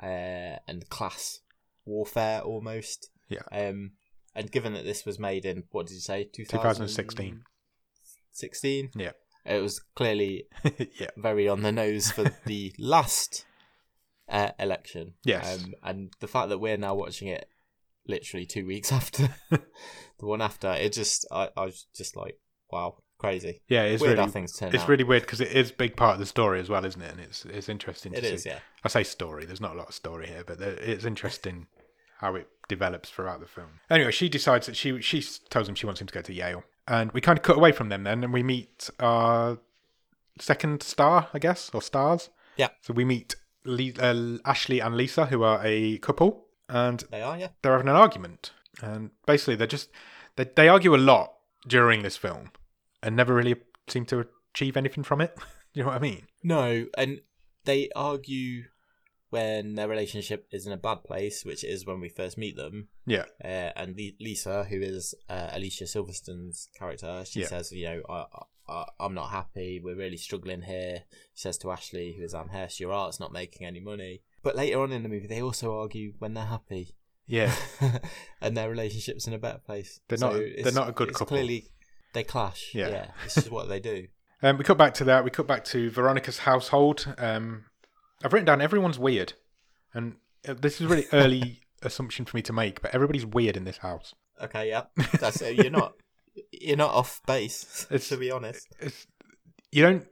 A: uh, and class warfare almost
B: Yeah.
A: Um, and given that this was made in what did you say,
B: 2016.
A: 16?
B: Yeah.
A: It was clearly
B: yeah.
A: very on the nose for the last uh, election.
B: Yes.
A: Um, and the fact that we're now watching it literally two weeks after the one after, it just, I, I was just like, wow, crazy.
B: Yeah, it's
A: Weird
B: really
A: how things turn
B: it's
A: out.
B: really weird because it is a big part of the story as well, isn't it? And it's it's interesting to
A: it
B: see.
A: is, yeah.
B: I say story. There's not a lot of story here, but there, it's interesting how it develops throughout the film. Anyway, she decides that she she tells him she wants him to go to Yale, and we kind of cut away from them then, and we meet our second star, I guess, or stars.
A: Yeah.
B: So we meet Le- uh, Ashley and Lisa, who are a couple, and
A: They are, yeah.
B: they're having an argument, and basically they're just they they argue a lot during this film, and never really seem to achieve anything from it. you know what I mean?
A: No, and they argue when their relationship is in a bad place, which is when we first meet them.
B: Yeah.
A: Uh, and Li- Lisa, who is uh, Alicia Silverstone's character, she
B: Yeah.
A: says, "You know, I, I, I'm not happy. We're really struggling here." She says to Ashley, who is Anne Hess, "Your art's not making any money." But later on in the movie, they also argue when they're happy
B: Yeah.
A: and their relationship's in a better place.
B: They're not- they're
A: it's-
B: not a good
A: it's
B: couple.
A: Clearly, they clash.
B: Yeah.
A: yeah this is what they do.
B: Um, we cut back to that. We cut back to Veronica's household. Um, I've written down everyone's weird, and uh, this is a really early assumption for me to make, but everybody's weird in this house.
A: Okay, yeah, that's it. You're not you're not off base.
B: It's-
A: to be honest,
B: It's, you don't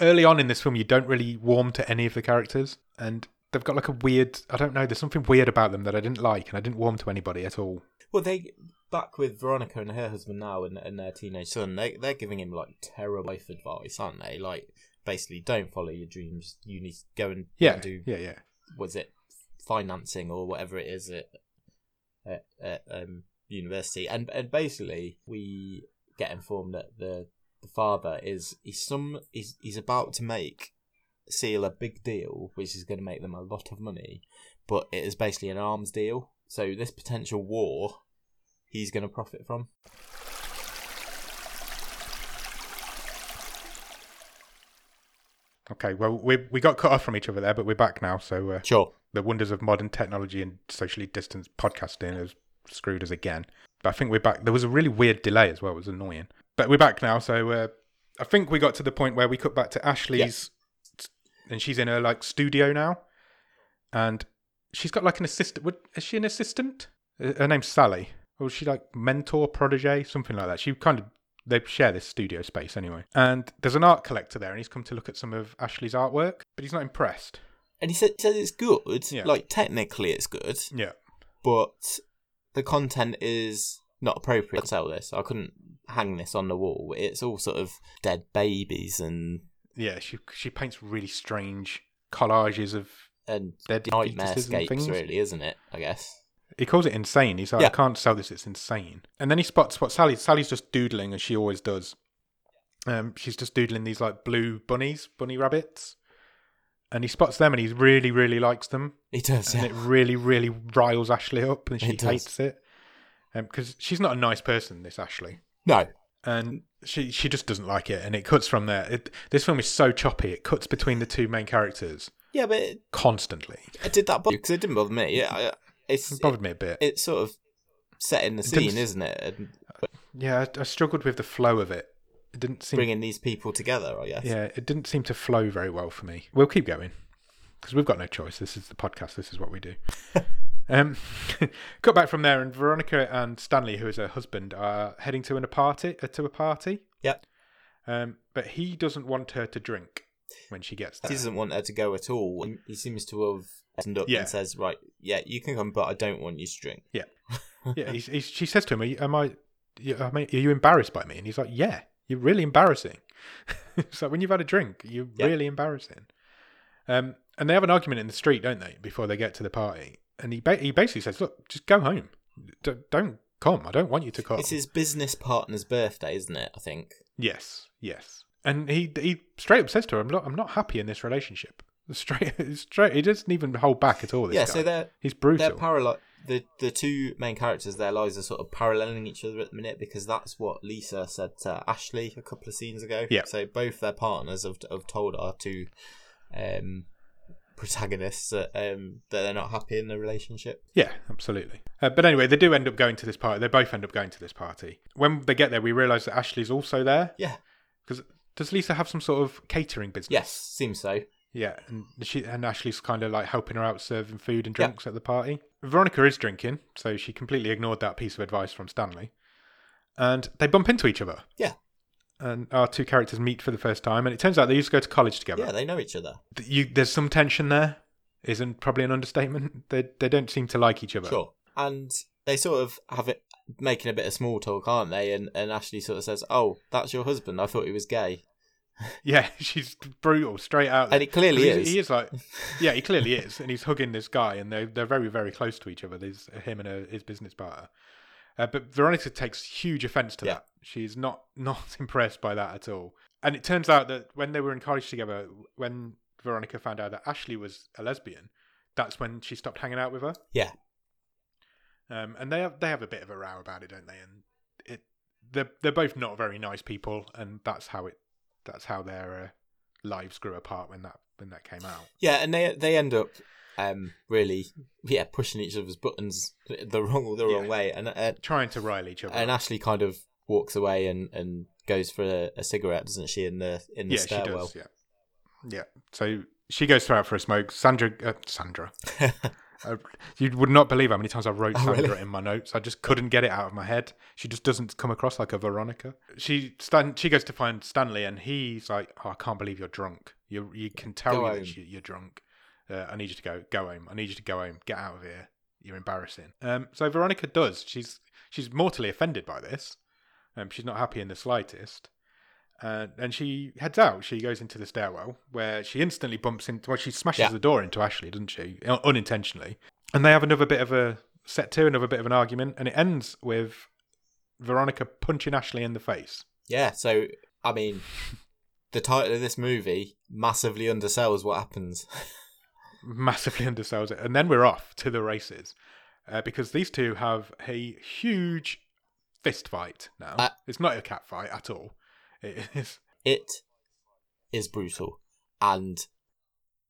B: early on in this film, you don't really warm to any of the characters, and they've got like a weird. I don't know. There's something weird about them that I didn't like, and I didn't warm to anybody at all.
A: well, they back with Veronica and her husband now, and, and their teenage son. They they're giving him like terrible life advice, aren't they? Like basically, don't follow your dreams. You need to go and
B: Yeah,
A: and do
B: yeah, yeah.
A: was it financing or whatever it is at at, at um, university. And and basically, we get informed that the the father is he's some he's he's about to make Seal a big deal, which is going to make them a lot of money, but it is basically an arms deal. So this potential war, he's going to profit from.
B: Okay, well, we we got cut off from each other there, but we're back now. So uh,
A: Sure.
B: the wonders of modern technology and socially distanced podcasting has screwed us again. But I think we're back. There was a really weird delay as well. It was annoying. But we're back now. So uh, I think we got to the point where we cut back to Ashley's, and she's in her like studio now, and she's got like an assistant. Would, is she an assistant? Uh, Her name's Sally. Or was she like mentor, protege, something like that? She kind of they share this studio space anyway. And there's an art collector there, and he's come to look at some of Ashley's artwork, but he's not impressed.
A: And he said, said it's good.
B: Yeah.
A: Like technically, it's good.
B: Yeah.
A: but the content is not appropriate to sell this. I couldn't hang this on the wall. It's all sort of dead babies and
B: Yeah, she she paints really strange collages of
A: and
B: dead
A: nightmare
B: fetuses and
A: scapes,
B: things.
A: really, isn't it? I guess.
B: He calls it insane. He's like,
A: Yeah.
B: I can't sell this. It's insane. And then he spots what Sally. Sally's just doodling, as she always does. Um, she's just doodling these like blue bunnies, bunny rabbits, and he spots them, and he really, really likes them,
A: It does.
B: and
A: Yeah.
B: it really, really riles Ashley up, and she
A: It does.
B: hates it because she's not a nice person. This Ashley,
A: No,
B: and she she just doesn't like it, and it cuts from there. It, this film is so choppy. It cuts between the two main characters
A: yeah, but it,
B: constantly.
A: it did that because it didn't bother me. Yeah, I- it's
B: It
A: it,
B: bothered me a bit.
A: it's sort of setting the
B: didn't-
A: scene, isn't it? And
B: yeah, I, I struggled with the flow of it. It didn't seem.
A: bringing these people together. I guess.
B: yeah, it didn't seem to flow very well for me. We'll keep going because we've got no choice. This is the podcast. This is what we do. um, cut back from there, and Veronica and Stanley, who is her husband, are heading to an a party. Uh, to a party.
A: Yep.
B: Um, but he doesn't want her to drink when she gets there.
A: He doesn't want her to go at all. and He seems to have opened up
B: Yeah.
A: and says, "Right, yeah, you can come, but I don't want you to drink."
B: yeah, he's, he's, she says to him, "Are you- "Am I? you- I mean, are you embarrassed by me?" And he's like, "Yeah, you're really embarrassing." it's like when you've had a drink, you're
A: Yeah.
B: really embarrassing. Um, and they have an argument in the street, don't they? Before they get to the party, and he ba- he basically says, "Look, just go home. D- don't come. I don't want you to come."
A: It's his business partner's birthday, isn't it? I think.
B: Yes, yes. And he he straight up says to her, "I'm not I'm not happy in this relationship." Straight, straight. He doesn't even hold back at all. This
A: yeah,
B: guy.
A: so they're
B: he's
A: they're
B: brutal.
A: parallel. The the two main characters, their lives are sort of paralleling each other at the minute because that's what Lisa said to Ashley a couple of scenes ago.
B: Yeah.
A: So both their partners have have told her to um protagonists that um that they're not happy in the relationship.
B: Yeah, absolutely. Uh, but anyway, they do end up going to this party. They both end up going to this party. When they get there, we realise that Ashley's also there.
A: Yeah.
B: Because does Lisa have some sort of catering business?
A: Yes, seems so.
B: Yeah, and she and Ashley's kind of like helping her out serving food and drinks at the party. Veronica is drinking, so she completely ignored that piece of advice from Stanley. And they bump into each other.
A: Yeah.
B: And our two characters meet for the first time, and it turns out they used to go to college together.
A: Yeah, they know each other.
B: Th- You, there's some tension there. Isn't probably an understatement. They they don't seem to like each other.
A: Sure. And they sort of have it making a bit of small talk, aren't they? And and Ashley sort of says, "Oh, that's your husband. I thought he was gay."
B: Yeah, she's brutal, straight out.
A: And it clearly
B: He-
A: is.
B: He is like, yeah, he clearly is, and he's hugging this guy, and they're they're very very close to each other. There's him and her, his business partner. Uh, but Veronica takes huge offence to
A: Yeah.
B: that. She's not not impressed by that at all. And it turns out that when they were in college together, when Veronica found out that Ashley was a lesbian, that's when she stopped hanging out with her.
A: Yeah.
B: Um, and they have they have a bit of a row about it, don't they? And it they're they're both not very nice people, and that's how it that's how their uh, lives grew apart when that when that came out.
A: Yeah, and they they end up um really yeah pushing each other's buttons the wrong the wrong
B: Yeah.
A: way, and uh,
B: Trying to rile each other.
A: and
B: up.
A: Ashley kind of walks away and and goes for a, a cigarette, doesn't she? In the in the
B: yeah, she
A: stairwell.
B: does. Yeah, yeah. So she goes through out for a smoke. Sandra, uh, Sandra. Uh, you would not believe how many times I wrote
A: Oh,
B: Sandra
A: really?
B: in my notes. I just couldn't get it out of my head. She just doesn't come across like a Veronica. She Stan, she goes to find Stanley, and he's like, oh, "I can't believe you're drunk. You you can tell
A: Go
B: you
A: home.
B: that you, you're drunk. Uh, I need you to go go home. I need you to go home. Get out of here. You're embarrassing." Um, so Veronica does. She's she's mortally offended by this. Um, she's not happy in the slightest. Uh, and she heads out. She goes into the stairwell where she instantly bumps into. Well, she smashes
A: Yeah.
B: the door into Ashley, doesn't she? Un- Unintentionally. And they have another bit of a set to, another bit of an argument, and it ends with Veronica punching Ashley in the face.
A: Yeah, so I mean, the title of this movie massively undersells what happens.
B: Massively undersells it. And then we're off to the races uh, because these two have a huge fist fight now.
A: Uh,
B: it's not a cat fight at all. It is.
A: It is brutal and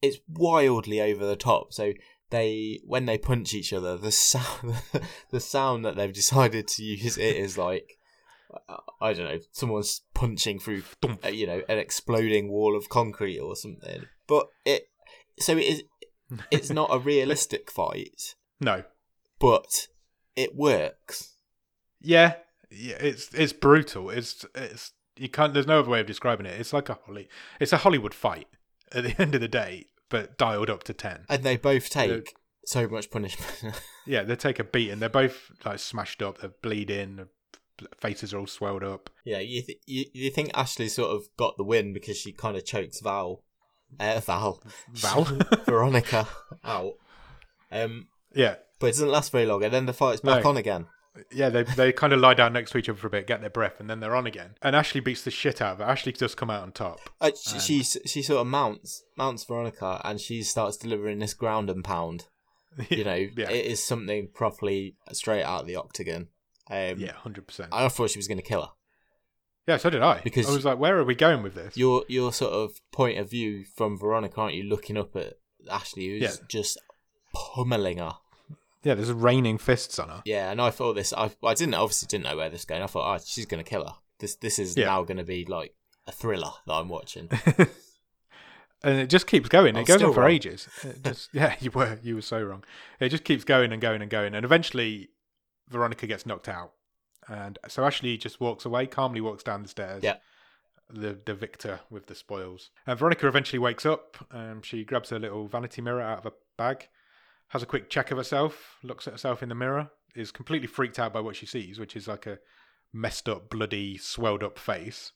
A: it's wildly over the top. So they when they punch each other, the sound the sound that they've decided to use it is like I- I don't know, someone's punching through
B: Thump.
A: uh, you know an exploding wall of concrete or something. But it so it is it's not a realistic fight,
B: No.
A: but it works.
B: Yeah, yeah, it's it's brutal. It's it's you can't. There's no other way of describing it. It's like a Holly. It's a Hollywood fight at the end of the day, but dialed up to ten.
A: and they both take so much punishment.
B: Yeah, they take a beating. They're both like smashed up. They're bleeding. Their faces are all swelled up.
A: yeah, you, th- you you think Ashley sort of got the win because she kind of chokes Val, uh, Val,
B: Val.
A: Veronica out. Um,
B: yeah,
A: but it doesn't last very long, and then the fight's back
B: No.
A: on again.
B: yeah. They they kind of lie down next to each other for a bit, get their breath, and then they're on again. And Ashley beats the shit out of her. Ashley does come out on top.
A: Uh, she, she s- she sort of mounts mounts Veronica, and she starts delivering this ground and pound. You know,
B: Yeah.
A: it is something properly straight out of the octagon. Um,
B: Yeah, hundred percent.
A: I thought she was going to kill her.
B: Yeah, so did I.
A: Because-
B: I was like, where are we going with this?
A: your your sort of point of view from Veronica, aren't you? Looking up at Ashley, who's
B: Yeah.
A: just pummeling her.
B: Yeah, there's raining fists on her.
A: Yeah, and I thought this. I I didn't obviously didn't know where this was going. I thought, oh, she's gonna kill her. This this is
B: Yeah.
A: now gonna be like a thriller that I'm watching.
B: and it just keeps going.
A: I
B: It
A: was
B: goes
A: still
B: on for
A: wrong.
B: ages. It just, yeah, you were you were so wrong. It just keeps going and going and going, and eventually Veronica gets knocked out, and so Ashley just walks away calmly, walks down the stairs.
A: Yeah.
B: The, the victor with the spoils. And Veronica eventually wakes up. Um, she grabs her little vanity mirror out of a bag, has a quick check of herself, looks at herself in the mirror, is completely freaked out by what she sees, which is like a messed up, bloody, swelled up face.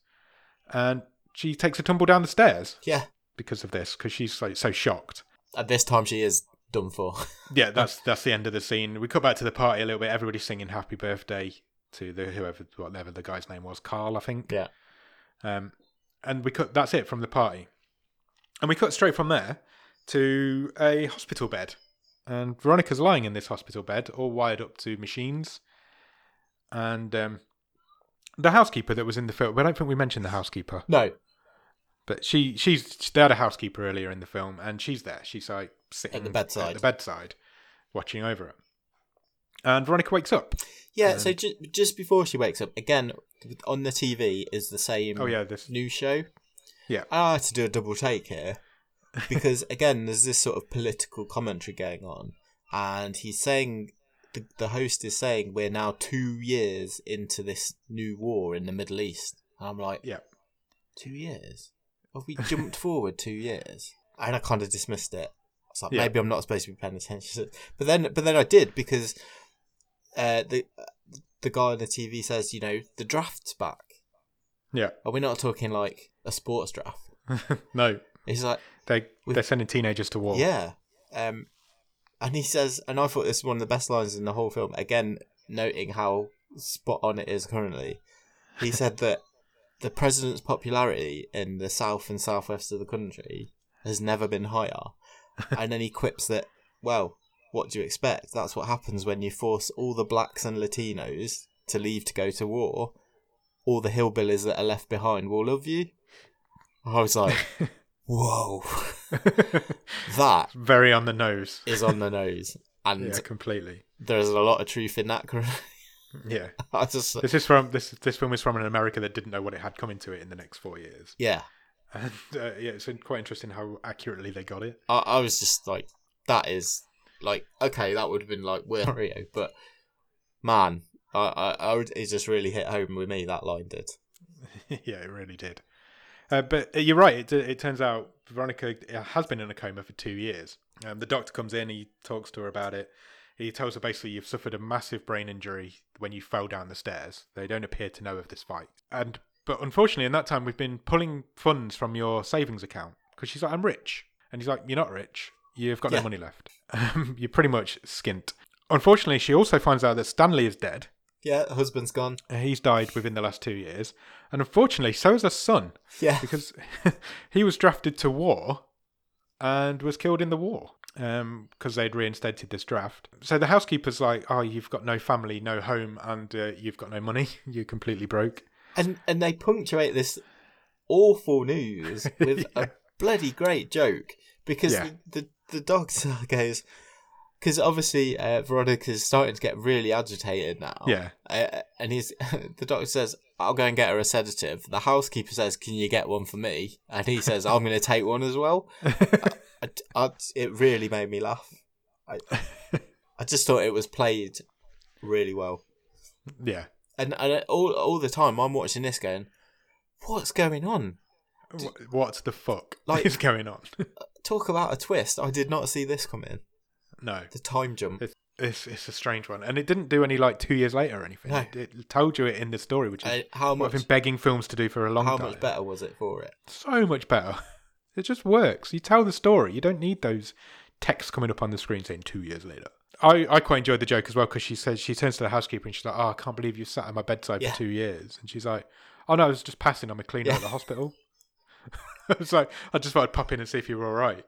B: And she takes a tumble down the stairs
A: yeah,
B: because of this because she's like so shocked.
A: at this time she is done for.
B: Yeah, that's that's the end of the scene. We cut back to the party a little bit. Everybody's singing "Happy Birthday" to the whoever whatever the guy's name was, Carl, I think.
A: Yeah.
B: Um, and we cut. That's it from the party, and we cut straight from there to a hospital bed, and Veronica's lying in this hospital bed, all wired up to machines, and um, the housekeeper that was in the film. I don't think we mentioned the housekeeper.
A: no,
B: But she she's they had a housekeeper earlier in the film, and she's there. She's like sitting
A: At the bedside.
B: at the bedside, watching over it. And Veronica wakes up.
A: Yeah,
B: Um,
A: so ju- just before she wakes up, again, on the TV is the same
B: Oh yeah, this
A: new show.
B: Yeah.
A: I had to do a double take here because, again, there's this sort of political commentary going on. And he's saying, the, the host is saying, we're now two years into this new war in the Middle East. And I'm like,
B: yeah.
A: two years? Have we jumped forward two years? And I kind of dismissed it. I was like,
B: Yeah.
A: maybe I'm not supposed to be paying attention. But then, but then I did because uh, the the guy on the TV says, you know, the draft's back.
B: Yeah.
A: Are we not talking like a sports draft?
B: no,
A: He's like,
B: they they're sending teenagers to war.
A: yeah. Um, and he says, and I thought this was one of the best lines in the whole film. Again, noting how spot on it is currently. He said that the president's popularity in the south and southwest of the country has never been higher. And then he quips that, well, what do you expect? That's what happens when you force all the blacks and Latinos to leave to go to war. All the hillbillies that are left behind will love you. I was like, whoa, that
B: Very on the nose.
A: is on the nose, and
B: Yeah, completely.
A: there's a lot of truth in that. current-
B: Yeah.
A: I just,
B: This is from this this film is from an America that didn't know what it had coming to it in the next four years.
A: yeah,
B: And uh, yeah, it's quite interesting how accurately they got it.
A: I, I was just like, that is like okay, that would have been like we're Rio, but man, I, I, I would, it just really hit home with me that line did.
B: yeah, it really did. Uh, but you're right. It, it turns out Veronica uh, has been in a coma for two years. Um, the doctor comes in. He talks to her about it. He tells her basically you've suffered a massive brain injury when you fell down the stairs. They don't appear to know of this fight. And but unfortunately, in that time, we've been pulling funds from your savings account because she's like, I'm rich, and he's like, You're not rich. You've got
A: Yeah.
B: no money left. Um, you're pretty much skint. Unfortunately, she also finds out that Stanley is dead.
A: Yeah, husband's gone.
B: He's died within the last two years, and unfortunately, so has her son
A: Yeah,
B: because he was drafted to war and was killed in the war because they'd reinstated this draft. So the housekeeper's like, "Oh, you've got no family, no home, and uh, you've got no money. You're completely broke."
A: and and they punctuate this awful news with a bloody great joke because
B: Yeah.
A: the, the the doctor goes because obviously uh, Veronica's starting to get really agitated now.
B: Yeah.
A: uh, and he's the doctor says, "I'll go and get her a sedative." The housekeeper says, "Can you get one for me?" And he says, "I'm going to take one as well." I, I- it really made me laugh. I, I just thought it was played really well
B: yeah.
A: and, and all all the time I'm watching this going, what's going on?
B: Wh- What the fuck
A: Like-
B: is going on?
A: Talk about a twist! I did not see this coming.
B: no,
A: The time jump.
B: it's, it's it's a strange one, and it didn't do any like two years later or anything.
A: No.
B: It, it told you it in the story, which is
A: Uh, how
B: what I've
A: much?
B: been begging films to do for a long
A: How
B: time.
A: much better was it for it?
B: so much better. It just works. You tell the story. You don't need those texts coming up on the screen saying two years later. I, I quite enjoyed the joke as well because she says she turns to the housekeeper and she's like, "Oh, I can't believe you sat at my bedside
A: Yeah.
B: for two years." And she's like, "Oh no, I was just passing. I'm a cleaner
A: Yeah.
B: at the hospital." I was like, "I just thought I'd pop in and see if you were all right."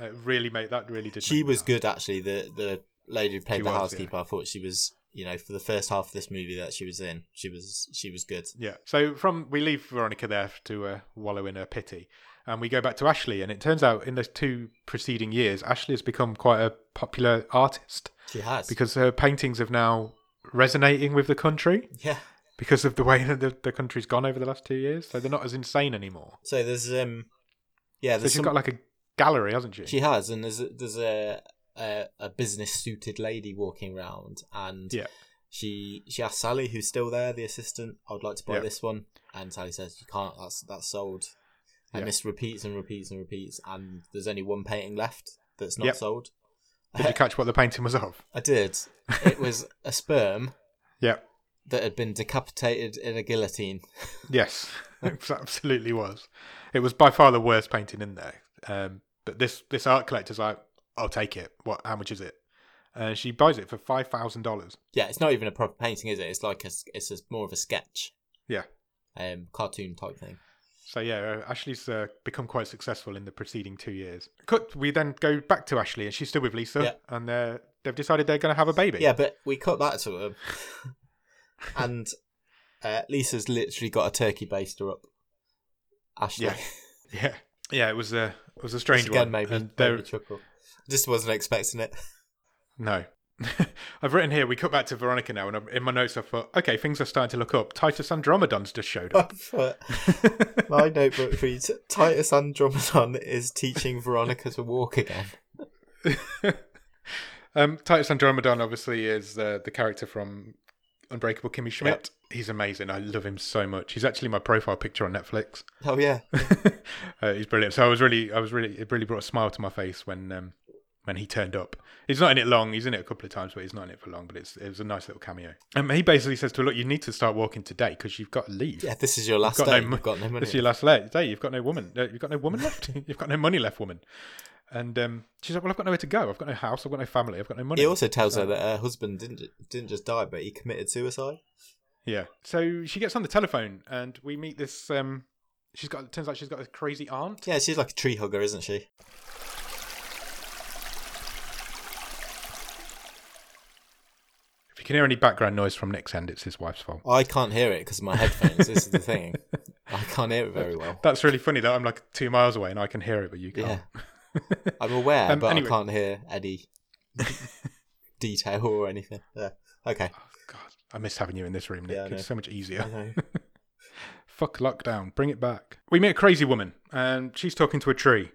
B: It really made that really did.
A: She
B: make me
A: was
B: laugh.
A: good actually. The the lady who played
B: She
A: the
B: was,
A: housekeeper. I thought she was. You know, for the first half of this movie that she was in, she was she was good.
B: Yeah. So from we leave Veronica there to uh, wallow in her pity, and we go back to Ashley, and it turns out in those two preceding years, Ashley has become quite a popular artist.
A: She has.
B: because her paintings have now resonating with the country
A: yeah.
B: because of the way that the, the country's gone over the last two years. So they're not as insane anymore.
A: So there's um, yeah.
B: So
A: There's
B: she's
A: some,
B: got like a gallery, hasn't she?
A: she has, and there's a, there's a a, a business suited lady walking round, and
B: yeah.
A: she she asked Sally, who's still there, the assistant, I would like to buy
B: Yeah.
A: this one, and Sally says you can't. That's that's sold. And
B: Yeah.
A: this repeats and repeats and repeats, and there's only one painting left that's not
B: Yep.
A: sold.
B: Did you catch what the painting was of?
A: I did. It was a sperm
B: Yeah.
A: that had been decapitated in a guillotine.
B: Yes. it absolutely was. It was by far the worst painting in there. Um, but this this art collector's like, I'll take it. What? How much is it? Uh, she buys it for five thousand dollars.
A: Yeah, it's not even a proper painting, is it? It's like a s- it's a, more of a sketch,
B: Yeah.
A: um, cartoon type thing.
B: So yeah, uh, Ashley's uh, become quite successful in the preceding two years. Cut. We then go back to Ashley, and she's still with Lisa,
A: Yeah.
B: and they're, they've decided they're going to have a baby.
A: Yeah, but we cut that to them, and uh, Lisa's literally got a turkey baster up. Ashley.
B: Yeah. Yeah, yeah. It was a it was a strange
A: Again,
B: one.
A: maybe,
B: and
A: made
B: there-
A: me chuckle. Just wasn't expecting it.
B: No. I've written here, we cut back to Veronica now, and I'm- in my notes I thought, okay, things are starting to look up. Titus Andromedon's just showed up.
A: But my notebook reads Titus Andromedon is teaching Veronica to walk again.
B: um, Titus Andromedon, obviously, is uh, the character from Unbreakable Kimmy Schmidt. He's amazing. I love him so much. He's actually my profile picture on Netflix.
A: Oh yeah,
B: uh, he's brilliant. So I was really, I was really, it really brought a smile to my face when um, when he turned up. He's not in it long. He's in it a couple of times, but he's not in it for long. But it's it was a nice little cameo. Um, he basically says to her, "Look, you need to start walking today because you've got to leave.
A: yeah. This is your last
B: got
A: day.
B: no mo-
A: You've got no money.
B: This is your last le- day. You've got no woman. uh, You've got no woman left. you've got no money left, woman." And um, she's like, "Well, I've got nowhere to go. I've got no house. I've got no family. I've got no money."
A: He also tells her that her husband didn't ju- didn't just die, but he committed suicide.
B: Yeah. So she gets on the telephone, and we meet this. Um, she's got. Turns out she's got a crazy aunt.
A: Yeah, she's like a tree hugger, isn't she?
B: If you can hear any background noise from Nick's end, it's his wife's fault.
A: I can't hear it because of my headphones. this is the thing. I can't hear it very well.
B: That's really funny that I'm like two miles away and I can hear it, but you
A: Yeah,
B: can't.
A: I'm aware,
B: Um,
A: but
B: anyway.
A: I can't hear any detail or anything. Yeah. Okay.
B: God, I miss having you in this room, Nick.
A: Yeah, I know.
B: it's so much
A: I
B: easier.
A: know.
B: Fuck lockdown. Bring it back. We meet a crazy woman and she's talking to a tree.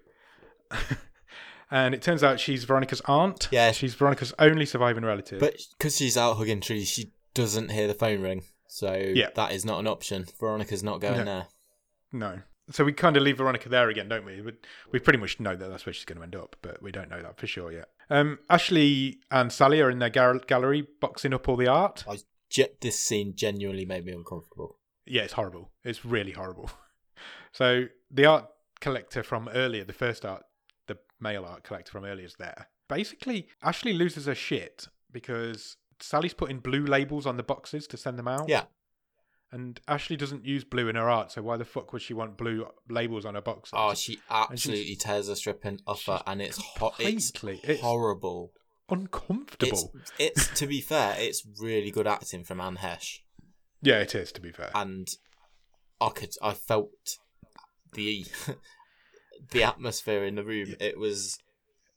B: and it turns out she's Veronica's aunt.
A: Yeah.
B: She's Veronica's only surviving relative.
A: But because she's out hugging trees, she doesn't hear the phone ring. So
B: Yeah.
A: that is not an option. Veronica's not going
B: No.
A: there.
B: no. So we kind of leave Veronica there again, don't we? We, we pretty much know that that's where she's going to end up, but we don't know that for sure yet. Um, Ashley and Sally are in their gal- gallery boxing up all the art.
A: Ge- this scene genuinely made me uncomfortable.
B: Yeah, it's horrible. It's really horrible. So the art collector from earlier, the first art, the male art collector from earlier is there. Basically, Ashley loses her shit because Sally's putting blue labels on the boxes to send them out.
A: Yeah.
B: And Ashley doesn't use blue in her art, so why the fuck would she want blue labels on her boxes?
A: Oh, she absolutely tears her stripping off her,
B: she's
A: and it's hot. It's
B: completely- it's
A: horrible. It's,
B: uncomfortable.
A: it's to be fair, it's really good acting from Anne Hesh,
B: Yeah, it is. To be fair,
A: and I could, I felt the the atmosphere in the room. It was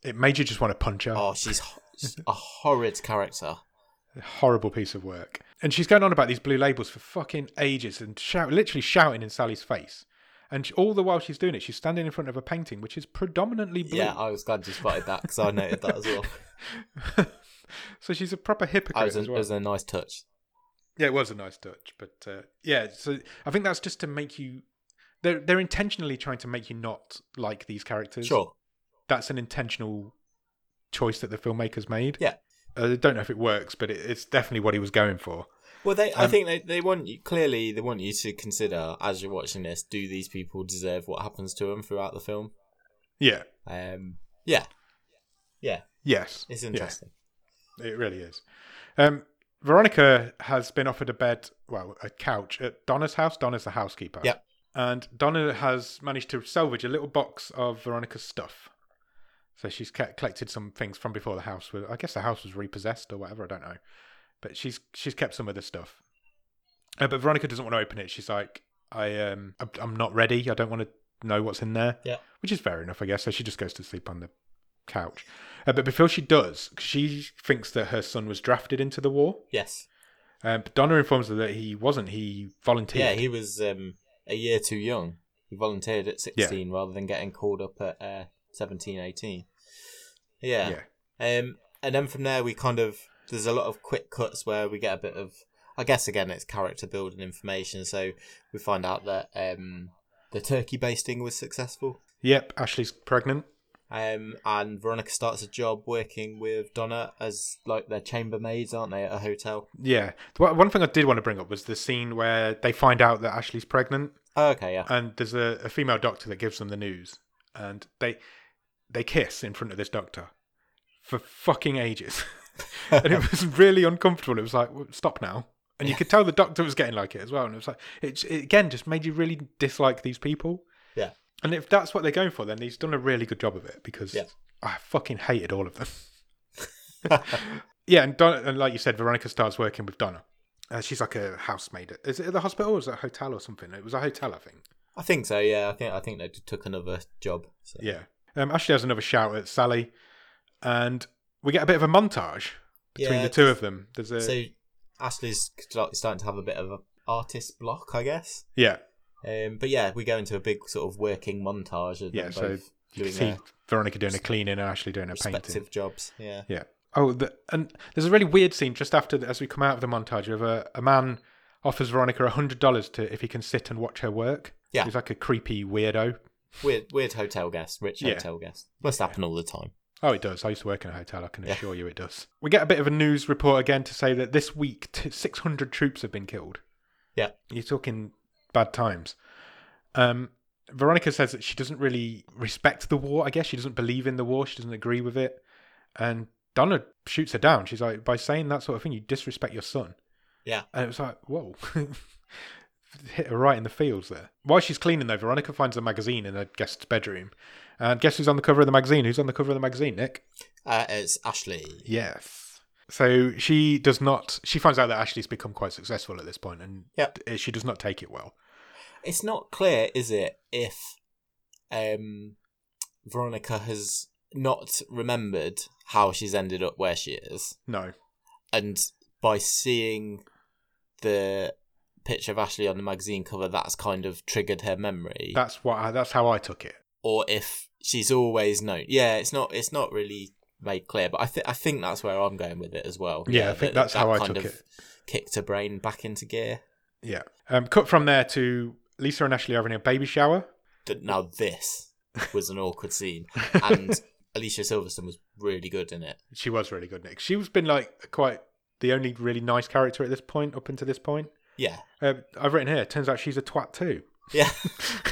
B: it made you just want to punch her.
A: oh, she's ho- a horrid character.
B: horrible piece of work. And she's going on about these blue labels for fucking ages and shout, literally shouting in Sally's face. And she- all the while she's doing it, she's standing in front of a painting which is predominantly blue.
A: Yeah, I was glad you spotted that because I noted that as well.
B: so she's a proper hypocrite
A: That was, a,
B: as
A: that
B: well.
A: was a nice touch.
B: Yeah, it was a nice touch, but uh, yeah. So I think that's just to make you. They're they're intentionally trying to make you not like these characters.
A: Sure.
B: that's an intentional choice that the filmmakers made.
A: Yeah.
B: I don't know if it works, but it, it's definitely what he was going for.
A: Well, they, I
B: Um,
A: think they, they want you clearly they want you to consider as you're watching this: do these people deserve what happens to them throughout the film?
B: Yeah.
A: Um, yeah, yeah,
B: Yes.
A: it's
B: Yeah.
A: interesting.
B: It really is. Um, Veronica has been offered a bed, well, a couch at Donna's house. Donna's the housekeeper.
A: Yep.
B: And Donna has managed to salvage a little box of Veronica's stuff. So she's ca- collected some things from before the house. Was, I guess the house was repossessed or whatever. I don't know. But she's she's kept some of the stuff. Uh, but Veronica doesn't want to open it. She's like, I um, I'm- I'm not ready. I don't want to know what's in there.
A: Yeah.
B: Which is fair enough, I guess. So she just goes to sleep on the couch. Uh, but before she does, she thinks that her son was drafted into the war.
A: Yes,
B: Um, but Donna informs her that he wasn't. He volunteered.
A: yeah, he was um, a year too young. He volunteered at 16 rather than getting called up at uh, 17, 18. Yeah.
B: yeah.
A: Um, and then from there, we kind of there's a lot of quick cuts where we get a bit of, I guess again, it's character building information. So we find out that um, the turkey basting was successful.
B: Yep. Ashley's pregnant.
A: Um, and Veronica starts a job working with Donna as like their chambermaids, aren't they, at a hotel?
B: Yeah. The one- One thing I did want to bring up was the scene where they find out that Ashley's pregnant,
A: Oh, okay, yeah.
B: and there's a, a female doctor that gives them the news, and they they kiss in front of this doctor for fucking ages, and it was really uncomfortable. It was like, "Well, stop now. And you could tell the doctor was getting like it as well, and it was like it, it again just made you really dislike these people.
A: Yeah.
B: And if that's what they're going for, then he's done a really good job of it because
A: Yeah.
B: I fucking hated all of them. yeah, and, Donna, and like you said, Veronica starts working with Donna. Uh, she's like a housemaid. Is it at the hospital or is it a hotel or something? It was a hotel, I think.
A: I think so. Yeah, I think I think they t- took another job. So.
B: Yeah. Um, Ashley has another shout at Sally, and we get a bit of a montage between
A: Yeah,
B: the two of them. There's a
A: So Ashley's like starting to have a bit of a artist block, I guess.
B: yeah,
A: Um, but yeah, we go into a big sort of working montage of
B: Yeah,
A: them
B: so
A: both
B: you can
A: doing
B: see
A: their
B: Veronica doing a cleaning and Ashley doing a painting.
A: respective jobs. Yeah.
B: Yeah. Oh, the, and there's a really weird scene just after as we come out of the montage of a, a man offers Veronica hundred dollars to if he can sit and watch her work.
A: Yeah.
B: He's like a creepy weirdo.
A: Weird, weird hotel guest, rich
B: Yeah.
A: hotel guest. Must happen all the time.
B: Oh, it does. I used to work in a hotel. I can
A: Yeah.
B: assure you it does. We get a bit of a news report again to say that this week t- 600 troops have been killed.
A: Yeah.
B: You're talking bad times. Um, Veronica says that she doesn't really respect the war, I guess. She doesn't believe in the war. She doesn't agree with it. And Donna shoots her down. She's like, by saying that sort of thing, you disrespect your son.
A: Yeah.
B: And it was like, whoa. Hit her right in the fields there. While she's cleaning, though, Veronica finds a magazine in her guest's bedroom. And guess who's on the cover of the magazine? Who's on the cover of the magazine, Nick?
A: Uh, it's Ashley.
B: Yes. So she does not. She finds out that Ashley's become quite successful at this point, and
A: Yep.
B: uh, she does not take it well.
A: It's not clear, is it, if um, Veronica has not remembered how she's ended up where she is.
B: No.
A: and by seeing the picture of Ashley on the magazine cover, that's kind of triggered her memory.
B: That's what. I, that's how I took it.
A: or if she's always known, yeah, it's not it's not really made clear, but I think I think that's where I'm going with it as well.
B: Yeah, I think that's how I
A: kind
B: took
A: of
B: it.
A: Kicked her brain back into gear.
B: Yeah. Um, cut from there to Lisa and Ashley having a baby shower.
A: That now this was an awkward scene, and Alicia Silverstone was really good in it.
B: She was really good, Nick. She was been like quite the only really nice character at this point, up until this point.
A: Yeah,
B: Um, I've written here. Turns out she's a twat too.
A: yeah,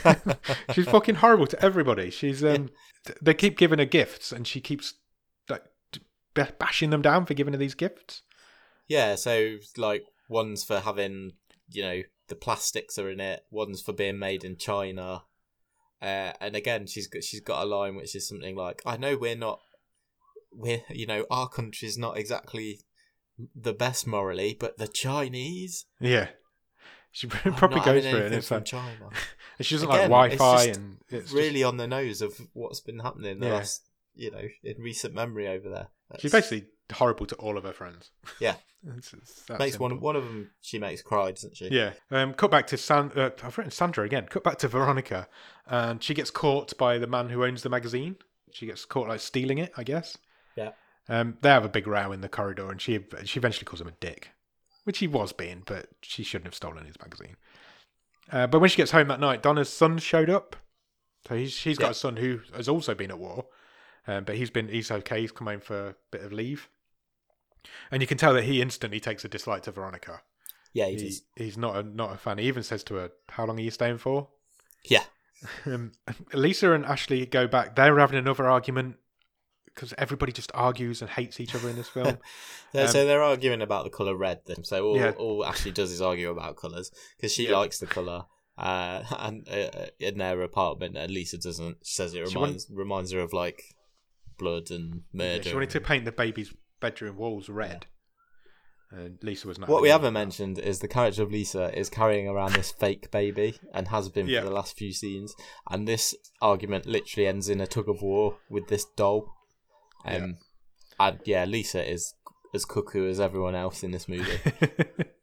B: she's fucking horrible to everybody. She's um, th- they keep giving her gifts, and she keeps like d- ba- bashing them down for giving her these gifts.
A: yeah. So like one's for having you know the plastics are in it. One's for being made in China. Uh, and again, she's got she's got a line which is something like, "I know we're not, we're you know our country's not exactly the best morally, but the Chinese
B: Yeah, she
A: I'm
B: probably
A: not having
B: goes for it, and
A: anything
B: it's
A: from
B: like
A: China.
B: and she doesn't
A: Again,
B: like
A: it's
B: Wi-Fi,
A: just
B: and it's really
A: really on the nose of what's been happening the
B: Yeah.
A: last you know in recent memory over there.
B: she's
A: That's-
B: basically horrible to all of her friends.
A: Yeah.
B: It's- it's that
A: makes
B: simple.
A: one one of them she makes cry, doesn't she?
B: Yeah. Um, cut back to San. Uh, I've written Sandra again. Cut back to Veronica, and she gets caught by the man who owns the magazine. She gets caught like stealing it, I guess.
A: Yeah.
B: Um, they have a big row in the corridor, and she she eventually calls him a dick, which he was being, but she shouldn't have stolen his magazine. Uh, but when she gets home that night, Donna's son showed up. So he's, she's got
A: Yeah.
B: a son who has also been at war, um, but he's been he's okay. He's come home for a bit of leave, and you can tell that he instantly takes a dislike to Veronica
A: yeah, he
B: he,
A: does.
B: he's not a, not a fan. He even says to her, "How long are you staying for?"
A: yeah,
B: Um, Lisa and Ashley go back. They're having another argument because everybody just argues and hates each other in this film.
A: So,
B: Um,
A: so they're arguing about the color red. Then, so all,
B: Yeah.
A: all Ashley does is argue about colors because she
B: Yeah.
A: likes the color. Uh, and uh, in their apartment, and Lisa doesn't. She says it
B: She
A: reminds reminds her of like blood and murder.
B: she wanted to paint the baby's bedroom walls red, and Lisa was not.
A: What we
B: having it.
A: haven't mentioned is the character of Lisa is carrying around this fake baby and has been
B: Yeah.
A: for the last few scenes. And this argument literally ends in a tug of war with this doll. Um, And yeah, Lisa is as cuckoo as everyone else in this movie.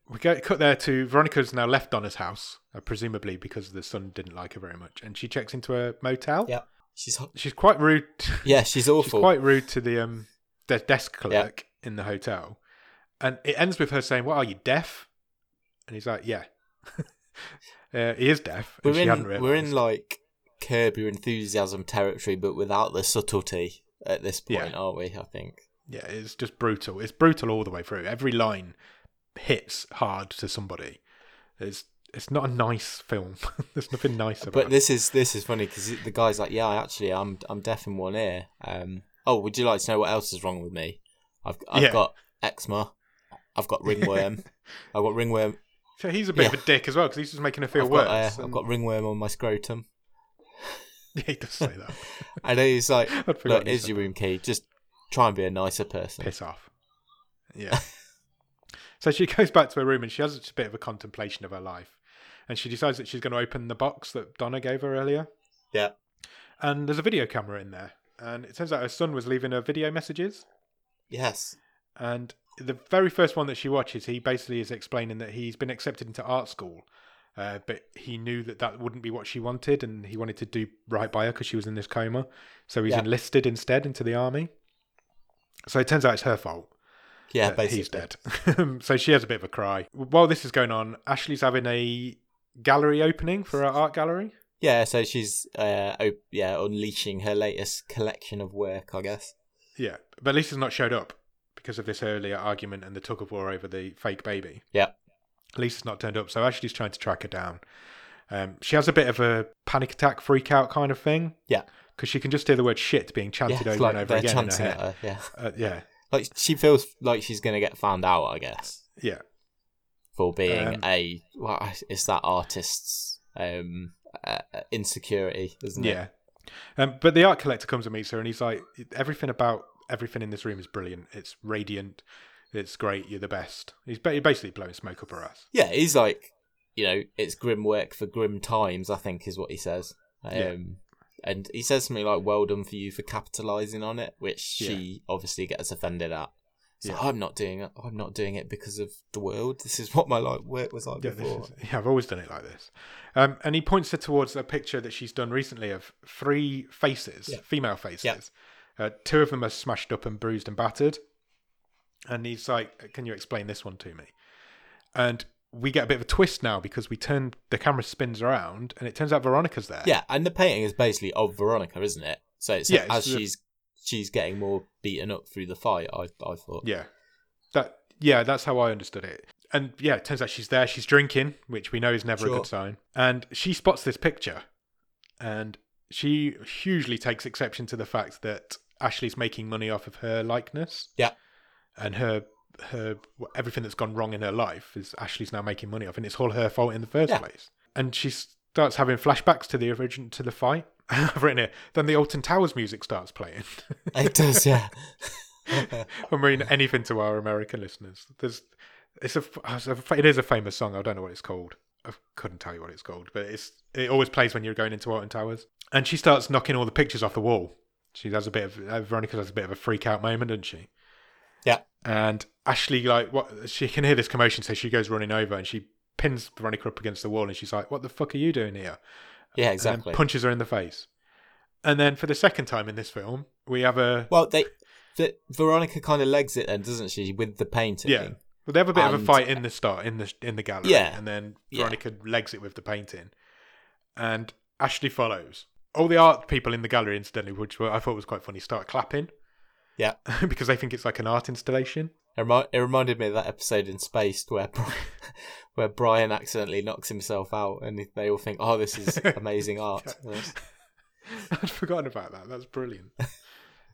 B: we go cut there to Veronica's now left Donna's house, uh, presumably because the son didn't like her very much, and she checks into a motel.
A: yeah, she's ho-
B: She's quite rude.
A: yeah, she's
B: She's
A: awful.
B: quite rude to the um the desk clerk in the hotel, and it ends with her saying, "What are you deaf?" And he's like, "Yeah." uh, he is deaf. and
A: we're
B: she
A: in
B: hadn't
A: we're in
B: realised.
A: like curb your enthusiasm territory, but without the subtlety at this point,
B: Yeah.
A: aren't we? I think.
B: Yeah, it's just brutal. It's brutal all the way through. Every line hits hard to somebody. It's it's not a nice film. There's nothing nice about
A: But
B: it.
A: this is this is funny because the guy's like, "Yeah, I actually, I'm I'm deaf in one ear." Um, oh, would you like to know what else is wrong with me? I've I've
B: Yeah.
A: got eczema. I've got ringworm. I've got ringworm.
B: So he's a bit
A: yeah.
B: of a dick as well because he's just making her feel
A: I've
B: worse.
A: got, uh, I've
B: and-
A: got ringworm on my scrotum.
B: yeah, he does say that.
A: And then he's like,
B: I'd forgotten
A: "Look,
B: he
A: here's
B: said
A: your room key. Just try and be a nicer person."
B: piss off. Yeah. so she goes back to her room and she has a bit of a contemplation of her life. and she decides that she's going to open the box that Donna gave her earlier.
A: Yeah.
B: And there's a video camera in there, and it turns out her son was leaving her video messages.
A: Yes.
B: And the very first one that she watches, he basically is explaining that he's been accepted into art school, uh, but he knew that that wouldn't be what she wanted, and he wanted to do right by her because she was in this coma. So he's
A: Yeah.
B: enlisted instead into the army. So it turns out it's her fault.
A: Yeah,
B: that
A: basically.
B: he's dead. so she has a bit of a cry. While this is going on, Ashley's having a gallery opening for her art gallery.
A: Yeah, so she's uh op- yeah, unleashing her latest collection of work, I guess.
B: Yeah, but Lisa's not showed up because of this earlier argument and the tug of war over the fake baby.
A: Yeah.
B: Lisa's not turned up, so Ashley's trying to track her down. Um, she has a bit of a panic attack, freak out kind of thing.
A: Yeah.
B: because she can just hear the word shit being
A: Yeah,
B: chanted
A: it's
B: over
A: like
B: and over
A: they're
B: again in her
A: chanting at
B: head.
A: her. Yeah,
B: Uh, yeah,
A: like she feels like she's gonna get found out, I guess,
B: yeah,
A: for being
B: Um,
A: a well, I- it's that artist's um uh, insecurity, isn't it?
B: yeah. Um, but the art collector comes and meets her, and he's like, "Everything about everything in this room is brilliant. It's radiant. It's great. You're the best." He's ba- basically blowing smoke up her ass.
A: Yeah, he's like, you know, it's grim work for grim times, I think is what he says. Um,
B: Yeah.
A: And he says something like, well done for you for capitalising on it, which she obviously gets offended at. So
B: Yeah.
A: I'm not doing it. I'm not doing it because of the world. This is what my like work was like
B: Yeah, this
A: before.
B: is, yeah, I've always done it like this. Um, and he points her towards a picture that she's done recently of three faces,
A: Yeah.
B: female faces. Uh, two of them are smashed up and bruised and battered. And he's like, Can you explain this one to me? And we get a bit of a twist now because we turn the camera spins around and it turns out Veronica's there.
A: Yeah, and the painting is basically of Veronica, isn't it? So it's
B: Yeah,
A: as
B: it's the-
A: she's she's getting more beaten up through the fight. I I thought.
B: Yeah. That yeah, that's how I understood it. And yeah, it turns out she's there, she's drinking, which we know is never a
A: Sure.
B: good sign. And she spots this picture and she hugely takes exception to the fact that Ashley's making money off of her likeness.
A: Yeah.
B: And her her everything that's gone wrong in her life is Ashley's now making money off and it's all her fault in the first
A: Yeah.
B: place. And she starts having flashbacks to the origin to the fight. I've written it. Then the Alton Towers music starts playing.
A: It does, yeah.
B: I mean, anything to our American listeners. There's, it's a, it's a- it is a famous song. I don't know what it's called. I couldn't tell you what it's called, but it's it always plays when you're going into Alton Towers. And she starts knocking all the pictures off the wall. She has a bit of uh, Veronica has a bit of a freak out moment, doesn't she?
A: Yeah.
B: And Ashley, like, what she can hear this commotion, so she goes running over and she pins Veronica up against the wall, and she's like, "What the fuck are you doing here?"
A: yeah,
B: And
A: exactly.
B: then punches her in the face. And then for the second time in this film, we have a
A: Well, they the, Veronica kind of legs it then, doesn't she, with the painting?
B: Yeah. Well, they have a bit of a
A: And-
B: fight in the start in the in the gallery,
A: Yeah.
B: and then
A: Yeah.
B: Veronica legs it with the painting, and Ashley follows. All the art people in the gallery, incidentally, which were, I thought was quite funny, start clapping.
A: Yeah.
B: because they think it's like an art installation.
A: It, remi- it reminded me of that episode in Spaced where Brian, where Brian accidentally knocks himself out, and they all think, "Oh, this is amazing art."
B: I'd forgotten about that. That's brilliant.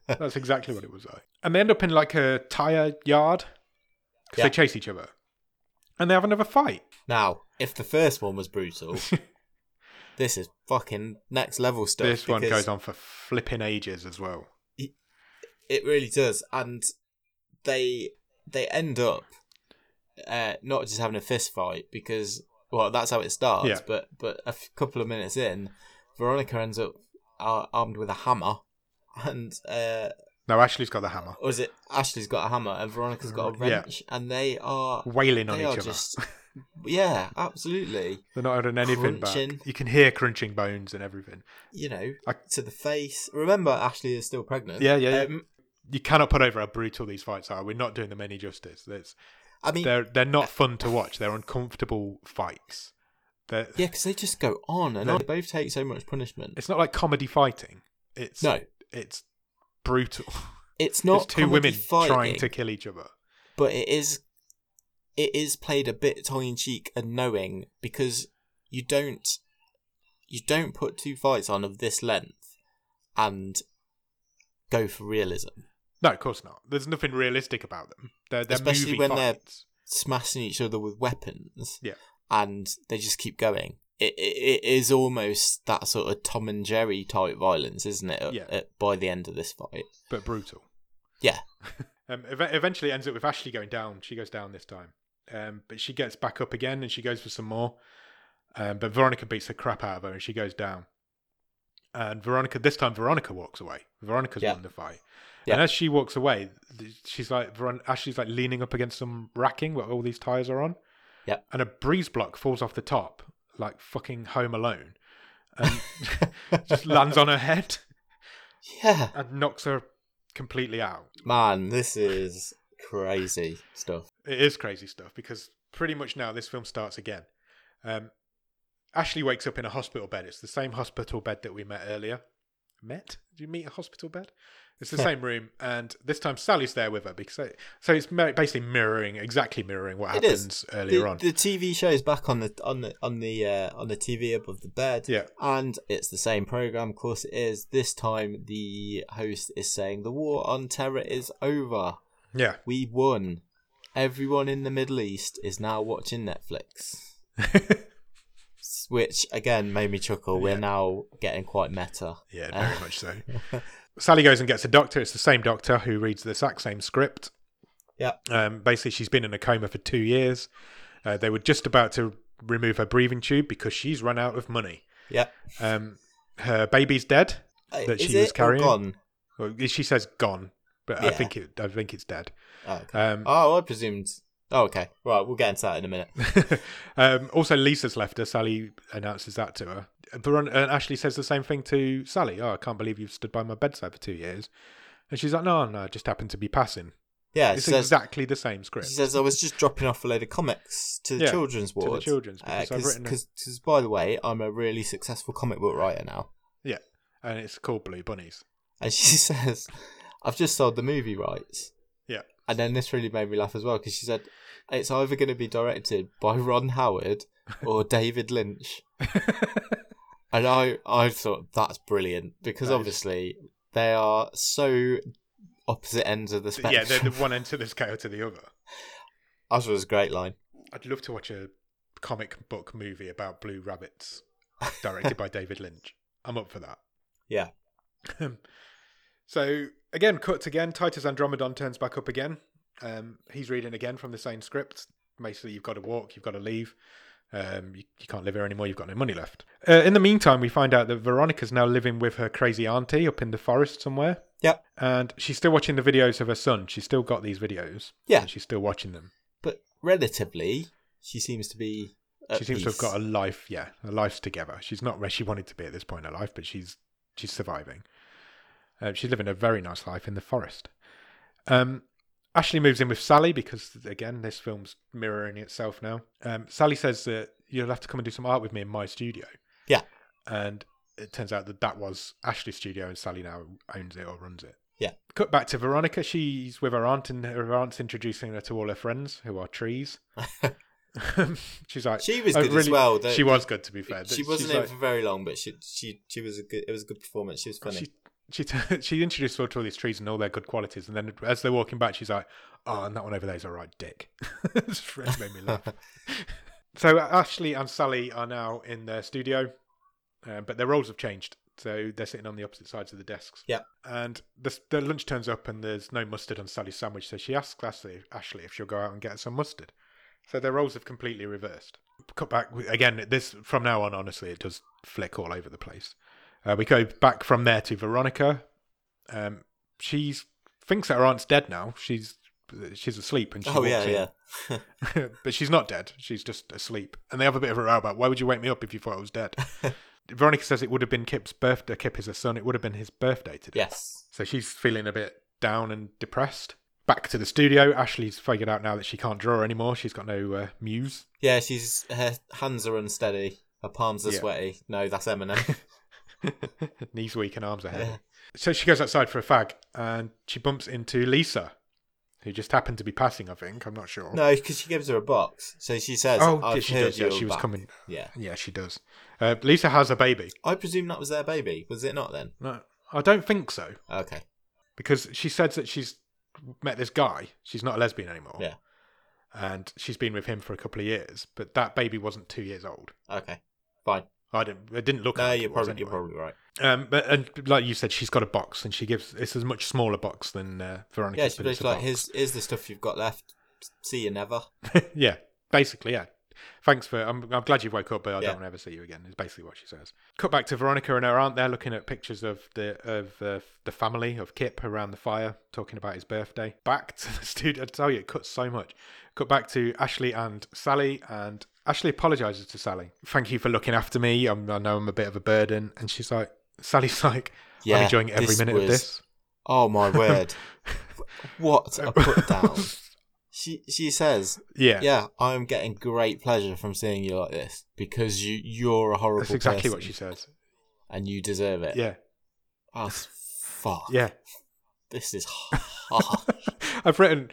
B: That's exactly what it was like. And they end up in like a tire yard because
A: Yeah.
B: they chase each other, and they have another fight.
A: Now, if the first one was brutal, this is fucking next level stuff.
B: this one
A: because-
B: goes on for flipping ages as well.
A: It really does, and they they end up uh, not just having a fist fight because well, that's how it starts.
B: Yeah.
A: But but a f- couple of minutes in, Veronica ends up uh, armed with a hammer, and uh,
B: No, Ashley's got the hammer,
A: or is it Ashley's got a hammer and Veronica's got a
B: Yeah.
A: wrench, and they are
B: wailing on
A: they
B: each
A: are
B: other.
A: just yeah, absolutely.
B: They're not having anything
A: Crunching.
B: back. You can hear crunching bones and everything.
A: You know,
B: I-
A: to the face. Remember, Ashley is still pregnant.
B: Yeah, yeah, yeah.
A: Um,
B: You cannot put over how brutal these fights are. We're not doing them any justice. It's,
A: I mean,
B: they're they're not fun to watch. They're uncomfortable fights. They're,
A: Yeah, because they just go on and
B: No.
A: on. They both take so much punishment.
B: It's not like comedy fighting. It's
A: No,
B: it's brutal.
A: it's not
B: it's two women
A: fighting,
B: trying to kill each other.
A: but it is. It is played a bit tongue in cheek and knowing because you don't, you don't put two fights on of this length, and go for realism,
B: No, of course not. There's nothing realistic about them. They're, they're
A: Especially
B: movie
A: when they're-
B: fights.
A: smashing each other with weapons.
B: Yeah.
A: and they just keep going. It, it, it is almost that sort of Tom and Jerry type violence, isn't it? at-
B: Yeah.
A: at- by the end of this fight,
B: but brutal.
A: yeah,
B: Um, ev- eventually ends up with Ashley going down. She goes down this time, um, but she gets back up again and she goes for some more. Um, but Veronica beats the crap out of her and she goes down. And Veronica, this time Veronica walks away. Veronica's
A: Yeah.
B: won the fight.
A: Yeah.
B: And as she walks away, th- she's like, Veron- Ashley's like leaning up against some racking where all these tires are on.
A: Yeah.
B: And a breeze block falls off the top, like fucking Home Alone, and just lands on her head
A: Yeah.
B: and knocks her completely out.
A: Man, this is crazy stuff.
B: It is crazy stuff because pretty much now this film starts again. Um, Ashley wakes up in a hospital bed. It's the same hospital bed that we met earlier. Met? Did you meet a hospital bed? It's the same room, and this time Sally's there with her because so it's mi- basically mirroring exactly mirroring what
A: It is.
B: happens
A: The,
B: earlier on.
A: the TV show's back on the on the on the uh, on the TV above the bed.
B: Yeah.
A: And it's the same program, of course it is. This time the host is saying the war on terror is over.
B: yeah,
A: We won. Everyone in the Middle East is now watching Netflix. Which again made me chuckle. We're now getting quite meta.
B: yeah, very much so. Sally goes and gets a doctor. It's the same doctor who reads the exact same script.
A: Yeah.
B: Um, basically, she's been in a coma for two years. Uh, they were just about to remove her breathing tube because she's run out of money.
A: Yeah.
B: Um, her baby's dead.
A: Uh,
B: That
A: is
B: she was
A: it or
B: carrying?
A: gone?
B: Well, she says gone, but I
A: Yeah.
B: think it. I think it's dead.
A: Oh, okay.
B: Um,
A: oh, I presumed. Oh, okay. Right, we'll get into that in a minute.
B: um, also, Lisa's left her. Sally announces that to her. Veron- and Ashley says the same thing to Sally. Oh, I can't believe you've stood by my bedside for two years. And she's like, no, no, I just happened to be passing.
A: Yeah,
B: It's
A: she says,
B: exactly the same script.
A: she says I was just dropping off a load of comics to the
B: Yeah,
A: children's
B: to the
A: ward. Uh,
B: children's, because I've
A: because
B: written a-
A: by the way, I'm a really successful comic book writer now.
B: Yeah, and it's called Blue Bunnies.
A: And she says, I've just sold the movie rights.
B: Yeah.
A: And then this really made me laugh as well because she said it's either going to be directed by Ron Howard or David Lynch. And I, I thought that's brilliant because
B: That is-
A: obviously they are so opposite ends of the spectrum.
B: yeah, they're the one end to the scale to the other.
A: That was a great line.
B: I'd love to watch a comic book movie about blue rabbits directed by David Lynch. I'm up for that.
A: Yeah.
B: so again, cut again. Titus Andromedon turns back up again. Um, he's reading again from the same script. Basically, you've got to walk, you've got to leave. Um, you, you can't live here anymore. You've got no money left. Uh, in the meantime, we find out that Veronica's now living with her crazy auntie up in the forest somewhere.
A: Yep.
B: And she's still watching the videos of her son. She's still got these videos.
A: Yeah.
B: And she's still watching them.
A: But relatively, she seems to be. at
B: she seems to have
A: peace.
B: got a life yeah a life together she's not where she wanted to be at this point in her life but she's she's surviving uh, she's living a very nice life in the forest um ashley moves in with sally because again this film's mirroring itself now um sally says that you'll have to come and do some art with me in my studio
A: Yeah.
B: and it turns out that that was ashley's studio and sally now owns it or runs it
A: Yeah.
B: cut back to veronica she's with her aunt and her aunt's introducing her to all her friends who are trees she's like
A: She was
B: "Oh,
A: good as
B: really-
A: well. though.
B: she was good to be fair.
A: she
B: She's
A: wasn't in
B: like- Oh,
A: for very long, but she she she was a good. It was a good performance. She was funny.
B: she she, t- she introduced her to all these trees and all their good qualities, and then as they're walking back, she's like, "Oh, and that one over there's a right dick." It's really made me laugh. so Ashley and Sally are now in their studio, uh, but their roles have changed. So they're sitting on the opposite sides of the desks.
A: Yeah.
B: And the, the lunch turns up, and there's no mustard on Sally's sandwich. So she asks Ashley, Ashley if she'll go out and get some mustard. So their roles have completely reversed. Cut back again. This from now on, honestly, it does flick all over the place. Uh, we go back from there to Veronica. Um, she thinks that her aunt's dead now. She's she's asleep and she
A: oh
B: walks
A: yeah,
B: in.
A: yeah.
B: but she's not dead. She's just asleep. And they have a bit of a row about why would you wake me up if you thought I was dead? Veronica says it would have been Kip's birthday. Kip is her son. It would have been his birthday today.
A: Yes.
B: So she's feeling a bit down and depressed. Back to the studio. Ashley's figured out now that she can't draw anymore. She's got no uh, muse.
A: Yeah, she's her hands are unsteady. Her palms are
B: Yeah.
A: sweaty. No, that's Eminem.
B: Knees weak and arms are heavy.
A: Yeah.
B: So she goes outside for a fag and she bumps into Lisa, who just happened to be passing, I think. I'm not sure.
A: no, because she gives her a box. So she says,
B: Oh,
A: I've
B: yeah, she
A: heard
B: does. Yeah,
A: you're
B: she was
A: back.
B: coming.
A: Yeah.
B: Yeah, she does. Uh, Lisa has a baby.
A: I presume that was their baby. Was it not then?
B: No, I don't think so.
A: Okay.
B: because she says that she's met this guy. She's not a lesbian anymore.
A: Yeah.
B: And she's been with him for a couple of years, but that baby wasn't two years old.
A: Okay. Fine.
B: I didn't. It didn't look.
A: No,
B: like
A: you're
B: it was
A: probably you're
B: anyway.
A: probably right.
B: Um, but and like you said, she's got a box, and she gives it's a much smaller box than uh, Veronica.
A: Yeah, she
B: but it's
A: was
B: a
A: like,
B: box.
A: here's here's the stuff you've got left. See you never.
B: yeah, basically, yeah. thanks for. I'm, I'm glad you woke up, but I
A: Yeah.
B: don't want to ever see you again. Is basically what she says. Cut back to Veronica and her aunt. They're looking at pictures of the of uh, the family of Kip around the fire, talking about his birthday. Back to the studio. I tell you, it cuts so much. Cut back to Ashley and Sally, and Ashley apologizes to Sally. Thank you for looking after me. I'm, I know I'm a bit of a burden, and she's like, Sally's like, I'm
A: Yeah,
B: enjoying every
A: this
B: minute of
A: was-
B: this.
A: Oh my word! what a put down. She she says,
B: Yeah,
A: "Yeah, I'm getting great pleasure from seeing you like this because you you're a horrible
B: that's exactly what she
A: person
B: says.
A: and you deserve it."
B: Yeah,
A: Oh, fuck.
B: yeah.
A: This is hard.
B: I've written,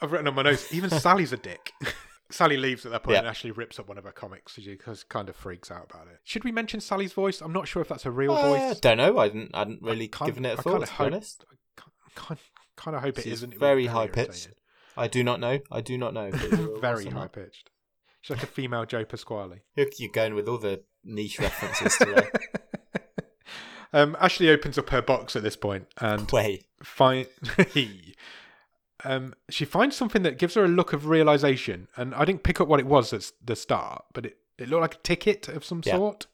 B: I've written on my notes. Even Sally's a dick. Sally leaves at that point
A: Yeah.
B: and actually rips up one of her comics. She just kind of freaks out about it. Should we mention Sally's voice? I'm not sure if that's a real
A: I
B: voice.
A: don't know. I didn't. I didn't really
B: Kind-
A: given it a
B: I kinda
A: thought. To be
B: hope-
A: honest,
B: Kind, kind of hope it
A: She's
B: isn't. It was
A: very high-pitched.
B: irritating.
A: I do not know. I do not know. If it was a real voice
B: very
A: or
B: high
A: not.
B: pitched. She's like a female Joe Pasquale.
A: Look, you're going with all the niche references today.
B: Um, Ashley opens up her box at this point and
A: Wait,
B: find um, she finds something that gives her a look of realization, and I didn't pick up what it was at s- the start, but it, it looked like a ticket of some
A: Yeah.
B: sort.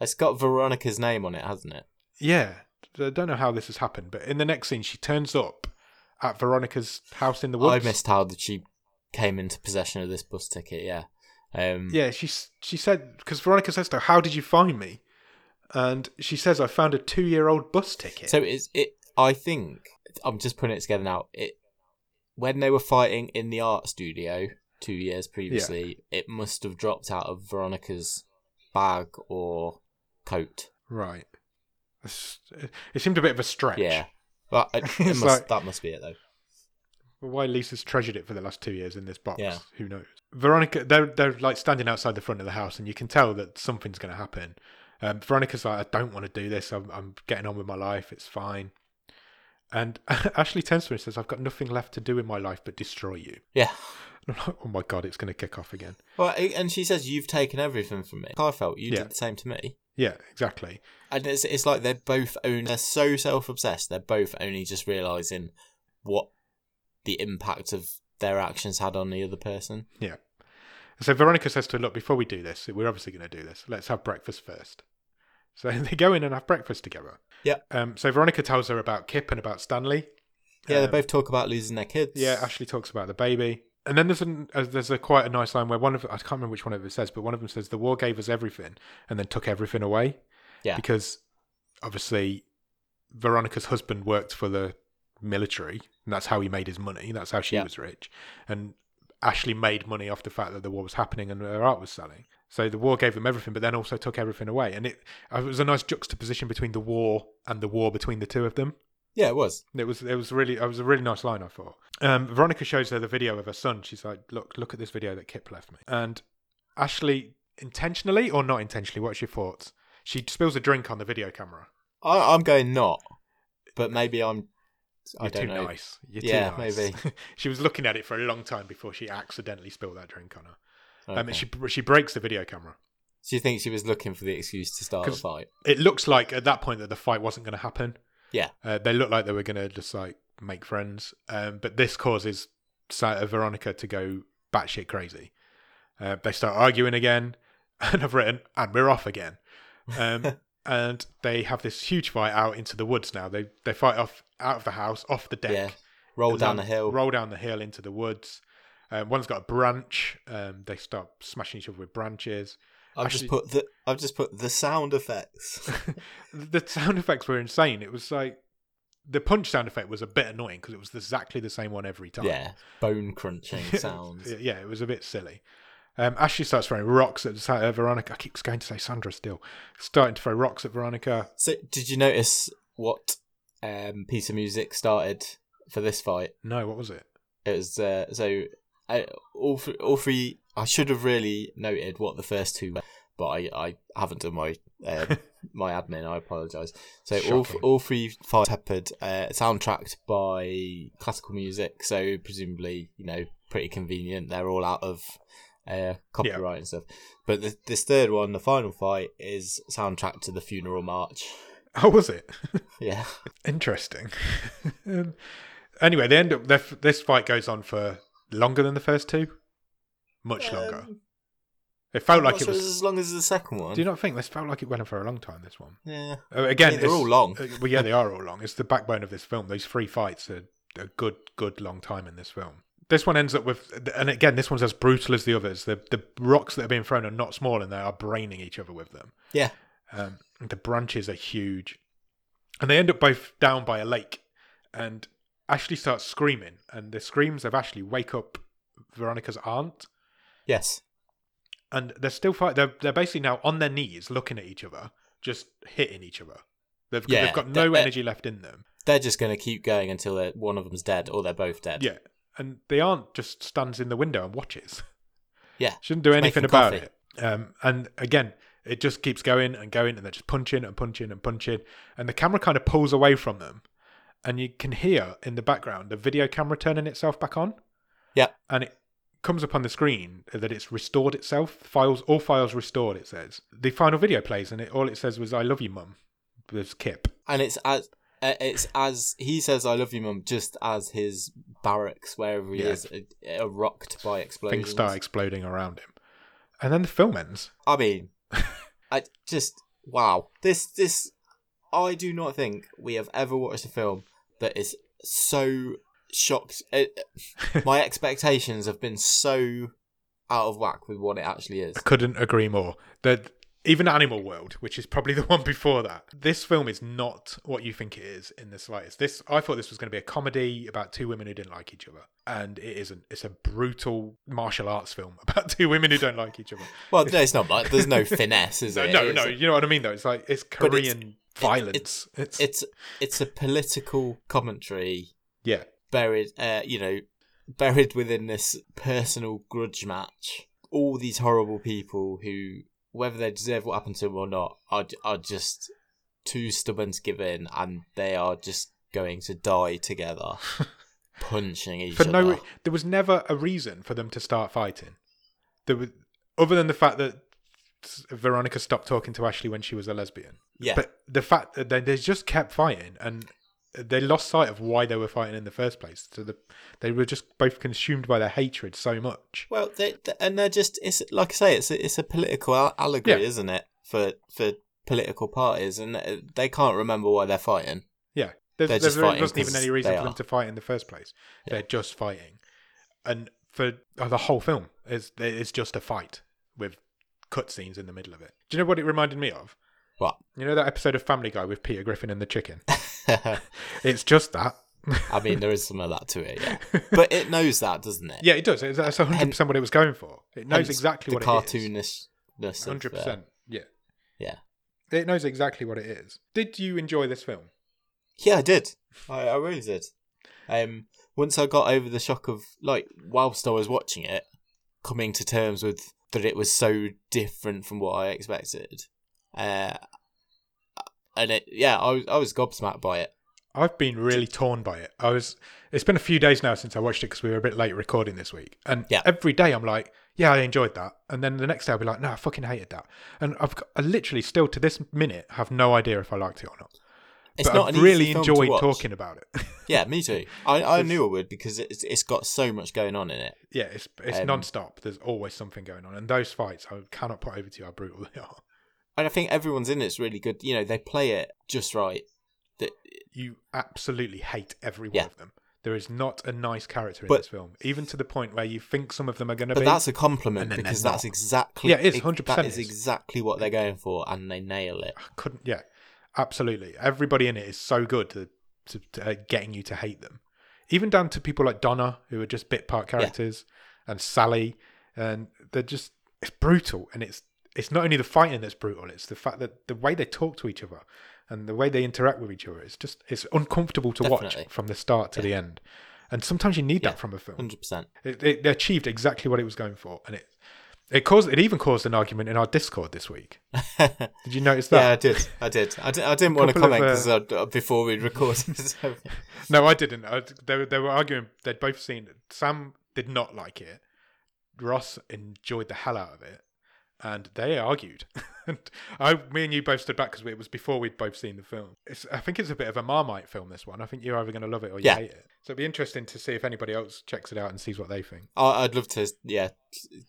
A: it's got Veronica's name on it, hasn't it?
B: Yeah, I don't know how this has happened, but in the next scene, she turns up at Veronica's house in the woods.
A: Oh, I missed how that she came into possession of this bus ticket. Yeah. Um,
B: Yeah, she s- she said because Veronica says to her, "How did you find me?" And she says, "I found a two-year-old bus ticket."
A: So it's it. I think I'm just putting it together now. It when they were fighting in the art studio two years previously, it must have dropped out of Veronica's bag or coat.
B: right. It's- It seemed a bit of a stretch.
A: Yeah, but it, it
B: It's
A: must,
B: like-
A: that must be it though.
B: Well, Why Lisa's treasured it for the last two years in this box?
A: Yeah.
B: Who knows? Veronica, they're they're like standing outside the front of the house, and you can tell that something's going to happen. Um, Veronica's like, I don't want to do this. I'm, I'm getting on with my life. It's fine. And Ashley turns to her and says, I've got nothing left to do in my life but destroy you.
A: Yeah.
B: And I'm like, oh my god, it's going to kick off again.
A: Well, a- and she says you've taken everything from me. I felt you
B: Yeah.
A: did the same to me.
B: Yeah, exactly.
A: And it's it's like they're both own. They're so self obsessed. They're both only just realizing what the impact of their actions had on the other person.
B: Yeah. So Veronica says to her, Look, before we do this, we're obviously going to do this. Let's have breakfast first. So they go in and have breakfast together.
A: Yeah.
B: Um, so Veronica tells her about Kip and about Stanley.
A: Yeah, they
B: Um,
A: both talk about losing their kids.
B: Yeah, Ashley talks about the baby, and then there's an, uh, there's a quite a nice line where one of I can't remember which one of it says, but one of them says the war gave us everything and then took everything away.
A: Yeah.
B: because obviously Veronica's husband worked for the military, and that's how he made his money. That's how she
A: Yeah.
B: was rich, and Ashley made money off the fact that the war was happening and her art was selling. So the war gave them everything, but then also took everything away, and it, it was a nice juxtaposition between the war and the war between the two of them.
A: yeah, it was.
B: It was it was really it was a really nice line I thought. Um, Veronica shows her the video of her son. She's like, "Look, look at this video that Kip left me." And Ashley, intentionally or not intentionally, what's your thoughts? She spills a drink on the video camera.
A: I, I'm going not, but maybe I'm. I
B: You're
A: don't
B: too
A: know.
B: nice. You're
A: Yeah,
B: too nice.
A: maybe.
B: she was looking at it for a long time before she accidentally spilled that drink on her. Um,
A: Okay.
B: and
A: she,
B: she she breaks the video camera.
A: thinks she was looking for the excuse to start a
B: 'Cause-
A: fight.
B: It looks like at that point that the fight wasn't going to happen.
A: Yeah.
B: Uh, they look like they were going to just like make friends, um, but this causes Sa- Veronica to go batshit crazy. Uh, they start arguing again, and I've written, and we're off again. Um, and they have this huge fight out into the woods now. They they fight off out of the house, off the deck,
A: Yeah. Roll down the hill.
B: roll down the hill into the woods. Um, one's got a branch. Um, they start smashing each other with branches.
A: I've
B: actually-
A: just put the. I've just put the sound effects.
B: the sound effects were insane. It was like the punch sound effect was a bit annoying because it was exactly the same one every time.
A: yeah, bone crunching sounds.
B: yeah, it was a bit silly. Um, Ashley starts throwing rocks at Sa- uh, Veronica. I keep going to say Sandra still. Starting to throw rocks at Veronica.
A: So, did you notice what um, piece of music started for this fight?
B: No, what was it?
A: It was uh, so I, all three, all three. I should have really noted what the first two were, but I, I haven't done my um, my admin. I apologise. So all
B: Shocking.
A: all three fights peppered uh, soundtracked by classical music. So presumably, you know, pretty convenient. They're all out of uh, copyright and stuff. But th this third one, the final fight, is soundtracked to the funeral march.
B: How was it?
A: Yeah.
B: Interesting. um, anyway, they end up. their- This fight goes on for longer than the first two. much longer.
A: Um,
B: It felt
A: I'm
B: like
A: not
B: it
A: sure
B: was.
A: as long as the second one.
B: Do you not think this felt like it went on for a long time? This one
A: yeah.
B: Uh, again,
A: mean, they're
B: it's-
A: all long.
B: uh, well, yeah, they are all long. It's the backbone of this film. Those three fights are a good, good long time in this film. This one ends up with, and again, this one's as brutal as the others. The the rocks that are being thrown are not small, and they are braining each other with them.
A: Yeah.
B: Um, the branches are huge, and they end up both down by a lake. And Ashley starts screaming, and the screams of Ashley wake up Veronica's aunt,
A: Yes.
B: and they're still fight. They're they're basically now on their knees, looking at each other, just hitting each other. They've,
A: Yeah,
B: they've got no
A: that-
B: energy left in them.
A: They're just going to keep going until they're, one of them's dead or they're both dead.
B: Yeah, and the aunt just stands in the window and watches.
A: Yeah.
B: She doesn't do
A: She's
B: anything
A: making
B: about
A: coffee.
B: it. Um, and again, it just keeps going and going, and they're just punching and punching and punching, and the camera kind of pulls away from them, and you can hear in the background the video camera turning itself back on.
A: Yeah.
B: and it comes up on the screen that it's restored itself. Files, all files restored. It says the final video plays, and it all it says was "I love you, mum." There's Kip.
A: And it's as uh, it's as he says, "I love you, mum," just as his barracks, wherever he
B: Yeah.
A: is, uh, are, are rocked by
B: Things
A: explosions.
B: start exploding around him, and then the film ends.
A: I mean, I just wow. This this I do not think we have ever watched a film that is so shocked. It, my expectations have been so out of whack with what it actually is.
B: I couldn't agree more. That even Animal World, which is probably the one before that, this film is not what you think it is in the slightest. This I thought this was going to be a comedy about two women who didn't like each other, and it isn't. It's a brutal martial arts film about two women who don't like each other.
A: Well, no, it's not like there's no finesse, is
B: No,
A: it?
B: no,
A: It's-
B: no. You know what I mean, though. It's like it's
A: But it's-
B: Korean violence. It's,
A: It's it's a political commentary
B: yeah,
A: buried, uh, you know, buried within this personal grudge match. All these horrible people who, whether they deserve what happened to them or not, are are just too stubborn to give in, and they are just going to die together, punching each
B: for
A: other.
B: no. re- There was never a reason for them to start fighting. There was other than the fact that Veronica stopped talking to Ashley when she was a lesbian.
A: yeah,
B: But the fact that they, they just kept fighting and they lost sight of why they were fighting in the first place. So the, they were just both consumed by their hatred so much.
A: well, they, they- and they're just it's like I say, it's a, it's a political al- allegory,
B: Yeah.
A: isn't it? For for political parties, and uh, they can't remember why they're fighting.
B: Yeah. There's,
A: They're
B: there's,
A: just
B: there
A: fighting
B: wasn't even
A: 'cause
B: any reason
A: they
B: for them
A: are.
B: to fight in the first place. They're just fighting. And for oh, the whole film, is it's just a fight with cutscenes in the middle of it. Do you know what it reminded me of?
A: What?
B: You know that episode of Family Guy with Peter Griffin and the chicken? it's just that.
A: I mean, there is some of that to it, yeah. But it knows that, doesn't it?
B: Yeah, it does. That's 100% what it was going for. It knows
A: Hence
B: exactly
A: the
B: what it is.
A: cartoonishness. of, uh,
B: Hundred percent. Yeah.
A: yeah.
B: It knows exactly what it is. Did you enjoy this film?
A: Yeah, I did. I, I really did. Um, once I got over the shock of like, whilst I was watching it, coming to terms with that it was so different from what I expected, uh, and it, yeah, I was I was gobsmacked by it.
B: I've been really torn by it. I was. It's been a few days now since I watched it because we were a bit late recording this week. And
A: Yeah.
B: every day I'm like, yeah, I enjoyed that. And then the next day I'll be like, no, I fucking hated that. And I've got, I literally still to this minute have no idea if I liked it or not.
A: It's
B: but
A: not
B: I've
A: an
B: really
A: easy film to
B: enjoyed
A: watch.
B: talking about it.
A: Yeah, me too. I, I knew I would because it's it's got so much going on in it.
B: yeah, it's it's
A: Um,
B: non-stop. There's always something going on, and those fights I cannot put over to you how brutal they are.
A: And I think everyone's in it's really good. You know, they play it just right. That
B: you absolutely hate every one
A: Yeah.
B: of them. There is not a nice character in
A: But-
B: this film, even to the point where you think some of them are going to
A: But
B: be.
A: that's a
B: and
A: compliment
B: then
A: because
B: they're
A: that's
B: not.
A: exactly
B: Yeah, it is,
A: ex-
B: 100%
A: That
B: it
A: is
B: is. Ah.
A: exactly what they're going for, and they nail it.
B: I couldn't. Yeah, absolutely. Everybody in it is so good to, to, to uh, getting you to hate them, even down to people like Donna, who are just bit part characters, and Sally, and they're just it's brutal, and it's it's not only the fighting that's brutal, it's the fact that the way they talk to each other and the way they interact with each other is just it's uncomfortable to watch
A: Definitely.
B: from the start to the end. And sometimes you need
A: Yeah.
B: that from a film.
A: Hundred percent.
B: It, it, they achieved exactly what it was going for, and it it caused it even caused an argument in our Discord this week.
A: Yeah,
B: Did you notice
A: I
B: that?
A: did. I did. I, di- I didn't want to
B: Couple of,
A: comment
B: uh,
A: 'cause I- before we recorded. so-
B: No, I didn't. I, they were- they were arguing. They'd both seen it. Sam did not like it. Ross enjoyed the hell out of it, and they argued. and I, me and you both stood back because it was before we'd both seen the film. It's, I think it's a bit of a Marmite film. This one, I think you're either going to love it or you
A: Yeah.
B: hate it. So it'd be interesting to see if anybody else checks it out and sees what they think.
A: I- I'd love to, yeah,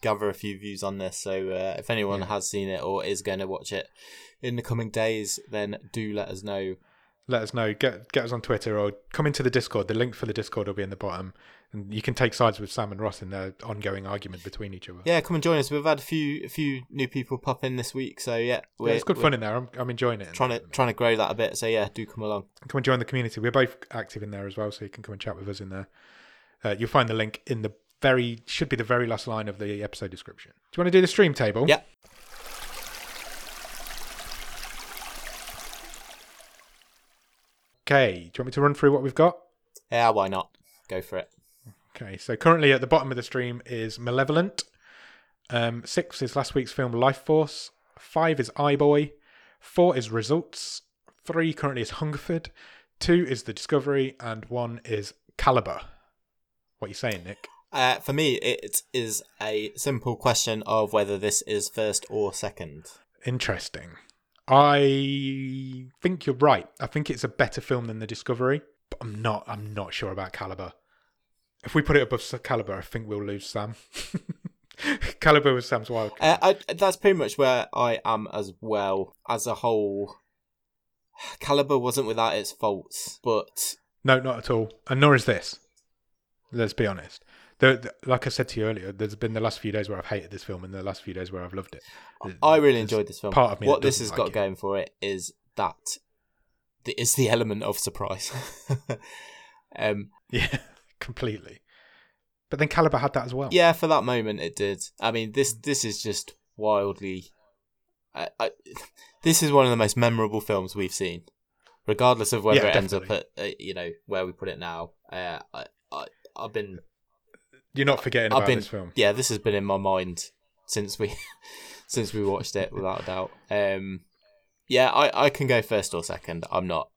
A: gather a few views on this. So uh, if anyone
B: Yeah.
A: has seen it or is going to watch it in the coming days, then do let us know.
B: Let us know. Get get us on Twitter or come into the Discord. The link for the Discord will be in the bottom, and you can take sides with Sam and Ross in their ongoing argument between each other.
A: Yeah, come and join us. We've had a few, a few new people pop in this week. So yeah,
B: Yeah,
A: we're,
B: it's good
A: we're
B: fun in there. I'm, I'm enjoying it.
A: trying to trying to grow that a bit. So yeah, do come along.
B: come and join the community. We're both active in there as well, so you can come and chat with us in there. Uh, you'll find the link in the very should be the very last line of the episode description. Do you want to do the stream table?
A: Yeah.
B: Okay. Do you want me to run through what we've got?
A: Yeah, why not? Go for it.
B: Okay. So currently at the bottom of the stream is Malevolent. Um, six is last week's film Life Force. Five is Eye Boy. Four is Results. Three currently is Hungerford. Two is The Discovery, and one is Caliber. What are you saying, Nick?
A: Uh, for me, it is a simple question of whether this is first or second.
B: Interesting. I think you're right. I think it's a better film than The Discovery, but I'm not. I'm not sure about Caliber. If we put it above Caliber, I think we'll lose Sam. Caliber was Sam's wild. card.
A: Uh, I, that's pretty much where I am as well. As a whole, Caliber wasn't without its faults, but
B: No, not at all. And nor is this. Let's be honest. The, the- like I said to you earlier, there's been the last few days where I've hated this film, and the last few days where I've loved it.
A: I really
B: There's
A: enjoyed this film.
B: part of me
A: what
B: that
A: this has
B: doesn't
A: got
B: like it.
A: going for it is that th- it's the element of surprise. um,
B: Yeah, completely. But then Caliber had that as well.
A: yeah, for that moment it did. I mean, this this is just wildly. I, I, this is one of the most memorable films we've seen, regardless of whether
B: Yeah,
A: it ends up at uh, you know where we put it now. Uh, I, I I've been
B: You're not forgetting
A: I've
B: about
A: been-
B: this film.
A: yeah, this has been in my mind since we since we watched it, without a doubt. Um, yeah, I, I can go first or second. I'm not.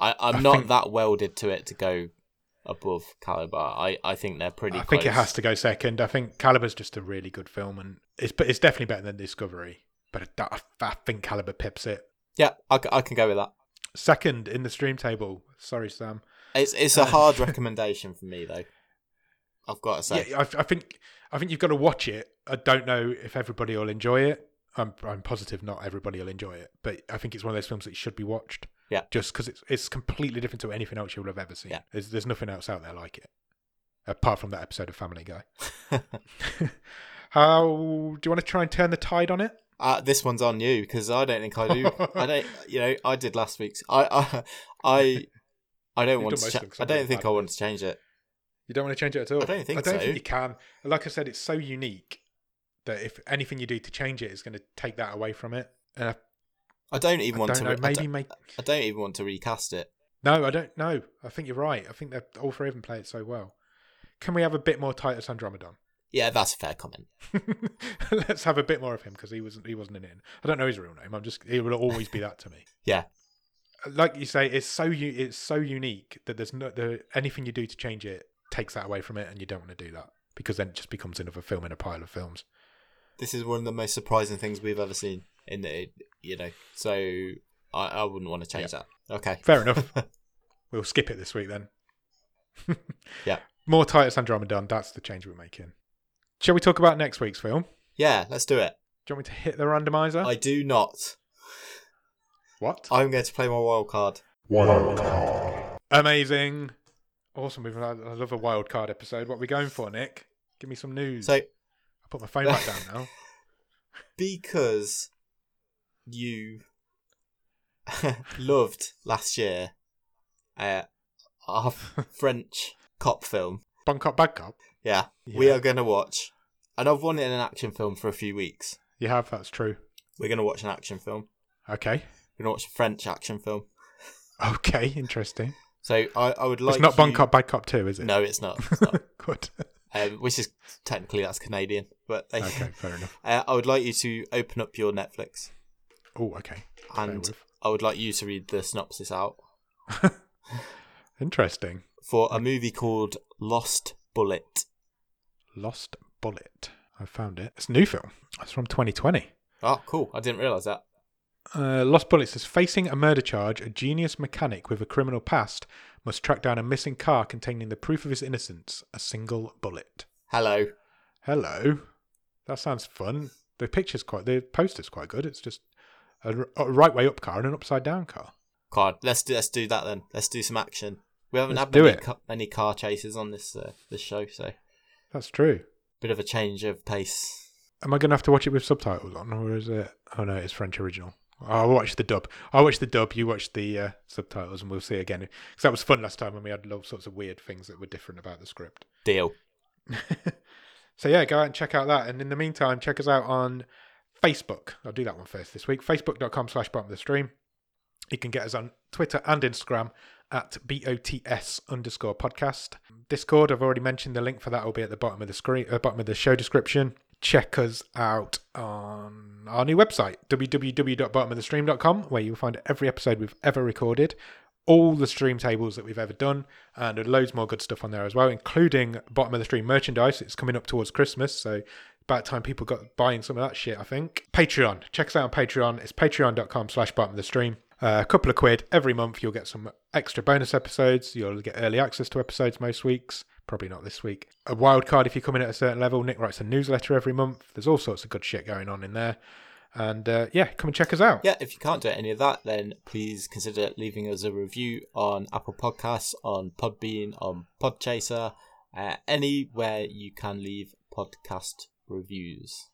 A: I, I'm
B: I
A: not
B: think-
A: that welded to it to go above Caliber. I, I think they're pretty.
B: I think it
A: close.
B: has to go second. I think Caliber's just a really good film, and it's but it's definitely better than Discovery. But I, I think Caliber pips it.
A: Yeah, I, c- I can go with that.
B: Second in the stream table. Sorry, Sam.
A: It's it's
B: Uh,
A: a hard recommendation for me though. I've got to say.
B: Yeah, I, I think I think you've got to watch it. I don't know if everybody will enjoy it. I'm I'm positive not everybody will enjoy it, but I think it's one of those films that should be watched.
A: Yeah.
B: just because it's it's completely different to anything else you'll have ever seen.
A: Yeah.
B: There's there's nothing else out there like it, apart from that episode of Family Guy. How do you want to try and turn the tide on it?
A: Uh, this one's on you because I don't think I do. I don't. You know, I did last week's. I I I, I don't
B: You've
A: want
B: done
A: to.
B: most
A: Cha-
B: things,
A: I
B: haven't
A: don't
B: you?
A: think I want to change it.
B: You don't want to change it at all.
A: I don't think
B: I don't
A: so.
B: think you can. Like I said, it's so unique that if anything you do to change it is going to take that away from it. And I,
A: I don't even
B: I
A: want
B: don't
A: to.
B: know.
A: re- I
B: Maybe
A: don't-
B: make
A: I don't even want to recast it.
B: no. I don't know. I think you're right. I think that all three of them play it so well. Can we have a bit more Titus Andromedon?
A: Yeah, that's a fair comment.
B: Let's have a bit more of him because he wasn't he wasn't in it. I don't know his real name. I'm just he will always be that to me.
A: Yeah.
B: like you say, it's so u- it's so unique that there's no the, anything you do to change it takes that away from it, and you don't want to do that because then it just becomes another film in a pile of films.
A: This is one of the most surprising things we've ever seen in the, you know. So I, I wouldn't want to change that. Okay.
B: Fair enough. we'll skip it this week then.
A: Yeah.
B: More Titus Andromedon. That's the change we're making. Shall we talk about next week's film?
A: Yeah, let's do it.
B: Do you want me to hit the randomizer?
A: I do not.
B: what?
A: I'm going to play my wild card.
B: Amazing. Awesome. We've had I love a wild card episode. What are we going for, Nick? Give me some news.
A: So
B: I put my phone back down now.
A: because you loved last year uh, our French cop film.
B: Bun cop, bad cop.
A: Yeah, we
B: Yeah.
A: are going to watch, and I've wanted an action film for a few weeks.
B: You have. That's true.
A: We're going to watch an action film.
B: Okay.
A: We're going to watch a French action film.
B: Okay. Interesting.
A: So I, I would like
B: it's not Bun
A: you-
B: cop, bad cop two, is it?
A: No, it's not. It's not.
B: Good.
A: um, which is technically that's Canadian, but they,
B: Okay. Fair enough.
A: uh, I would like you to open up your Netflix,
B: Oh, okay. Fair
A: and
B: enough.
A: I would like you to read the synopsis out
B: Interesting.
A: for a movie called Lost Bullet.
B: Lost Bullet. I found it. It's a new film. It's from 2020.
A: Oh, cool. I didn't realize that.
B: Uh, Lost Bullets is facing a murder charge. A genius mechanic with a criminal past must track down a missing car containing the proof of his innocence a single bullet.
A: Hello.
B: Hello. That sounds fun. The picture's quite, the poster's quite good. It's just a, r- a right way up car and an upside down car.
A: God, let's do let's do that then. Let's do some action. We haven't
B: Let's
A: had
B: do
A: many,
B: it.
A: ca- many car chases on this uh, this show, so
B: That's true.
A: bit of a change of pace.
B: Am I going to have to watch it with subtitles on, or is it? Oh no, it's French original. I'll watch the dub. I'll watch the dub. You watch the uh, subtitles, and we'll see again. Because that was fun last time when we had all sorts of weird things that were different about the script.
A: Deal.
B: So yeah, go out and check out that. And in the meantime, check us out on Facebook. I'll do that one first this week. Facebook.com slash bottom of the stream. You can get us on Twitter and Instagram at BOTS underscore podcast. Discord, I've already mentioned the link for that will be at the bottom of the screen uh, bottom of the show description. Check us out on our new website, www.bottomofthestream.com, where you'll find every episode we've ever recorded, all the stream tables that we've ever done, and loads more good stuff on there as well, including bottom of the stream merchandise. It's coming up towards Christmas, so about time people got buying some of that shit, I think. Patreon. Check us out on Patreon. It's patreon.com slash bottom of the stream. Uh, a couple of quid every month. You'll get some extra bonus episodes. You'll get early access to episodes most weeks. Probably not this week. A wild card if you come in at a certain level. Nick writes a newsletter every month. There's all sorts of good shit going on in there. And uh, yeah, come and check us out.
A: Yeah, if you can't do any of that, then please consider leaving us a review on Apple Podcasts, on Podbean, on Podchaser, uh, anywhere you can leave podcast reviews.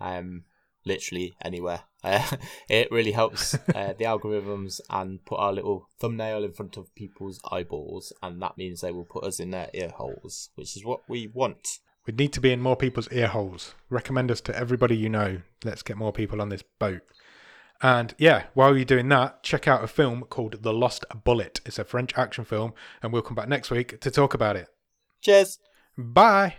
A: Um, literally anywhere. Uh, it really helps uh, the algorithms and put our little thumbnail in front of people's eyeballs, and that means they will put us in their ear holes, which is what we want.
B: We need to be in more people's ear holes. Recommend us to everybody you know. Let's get more people on this boat. And yeah, while you're doing that, check out a film called The Lost Bullet. It's a French action film, and we'll come back next week to talk about it.
A: Cheers.
B: Bye.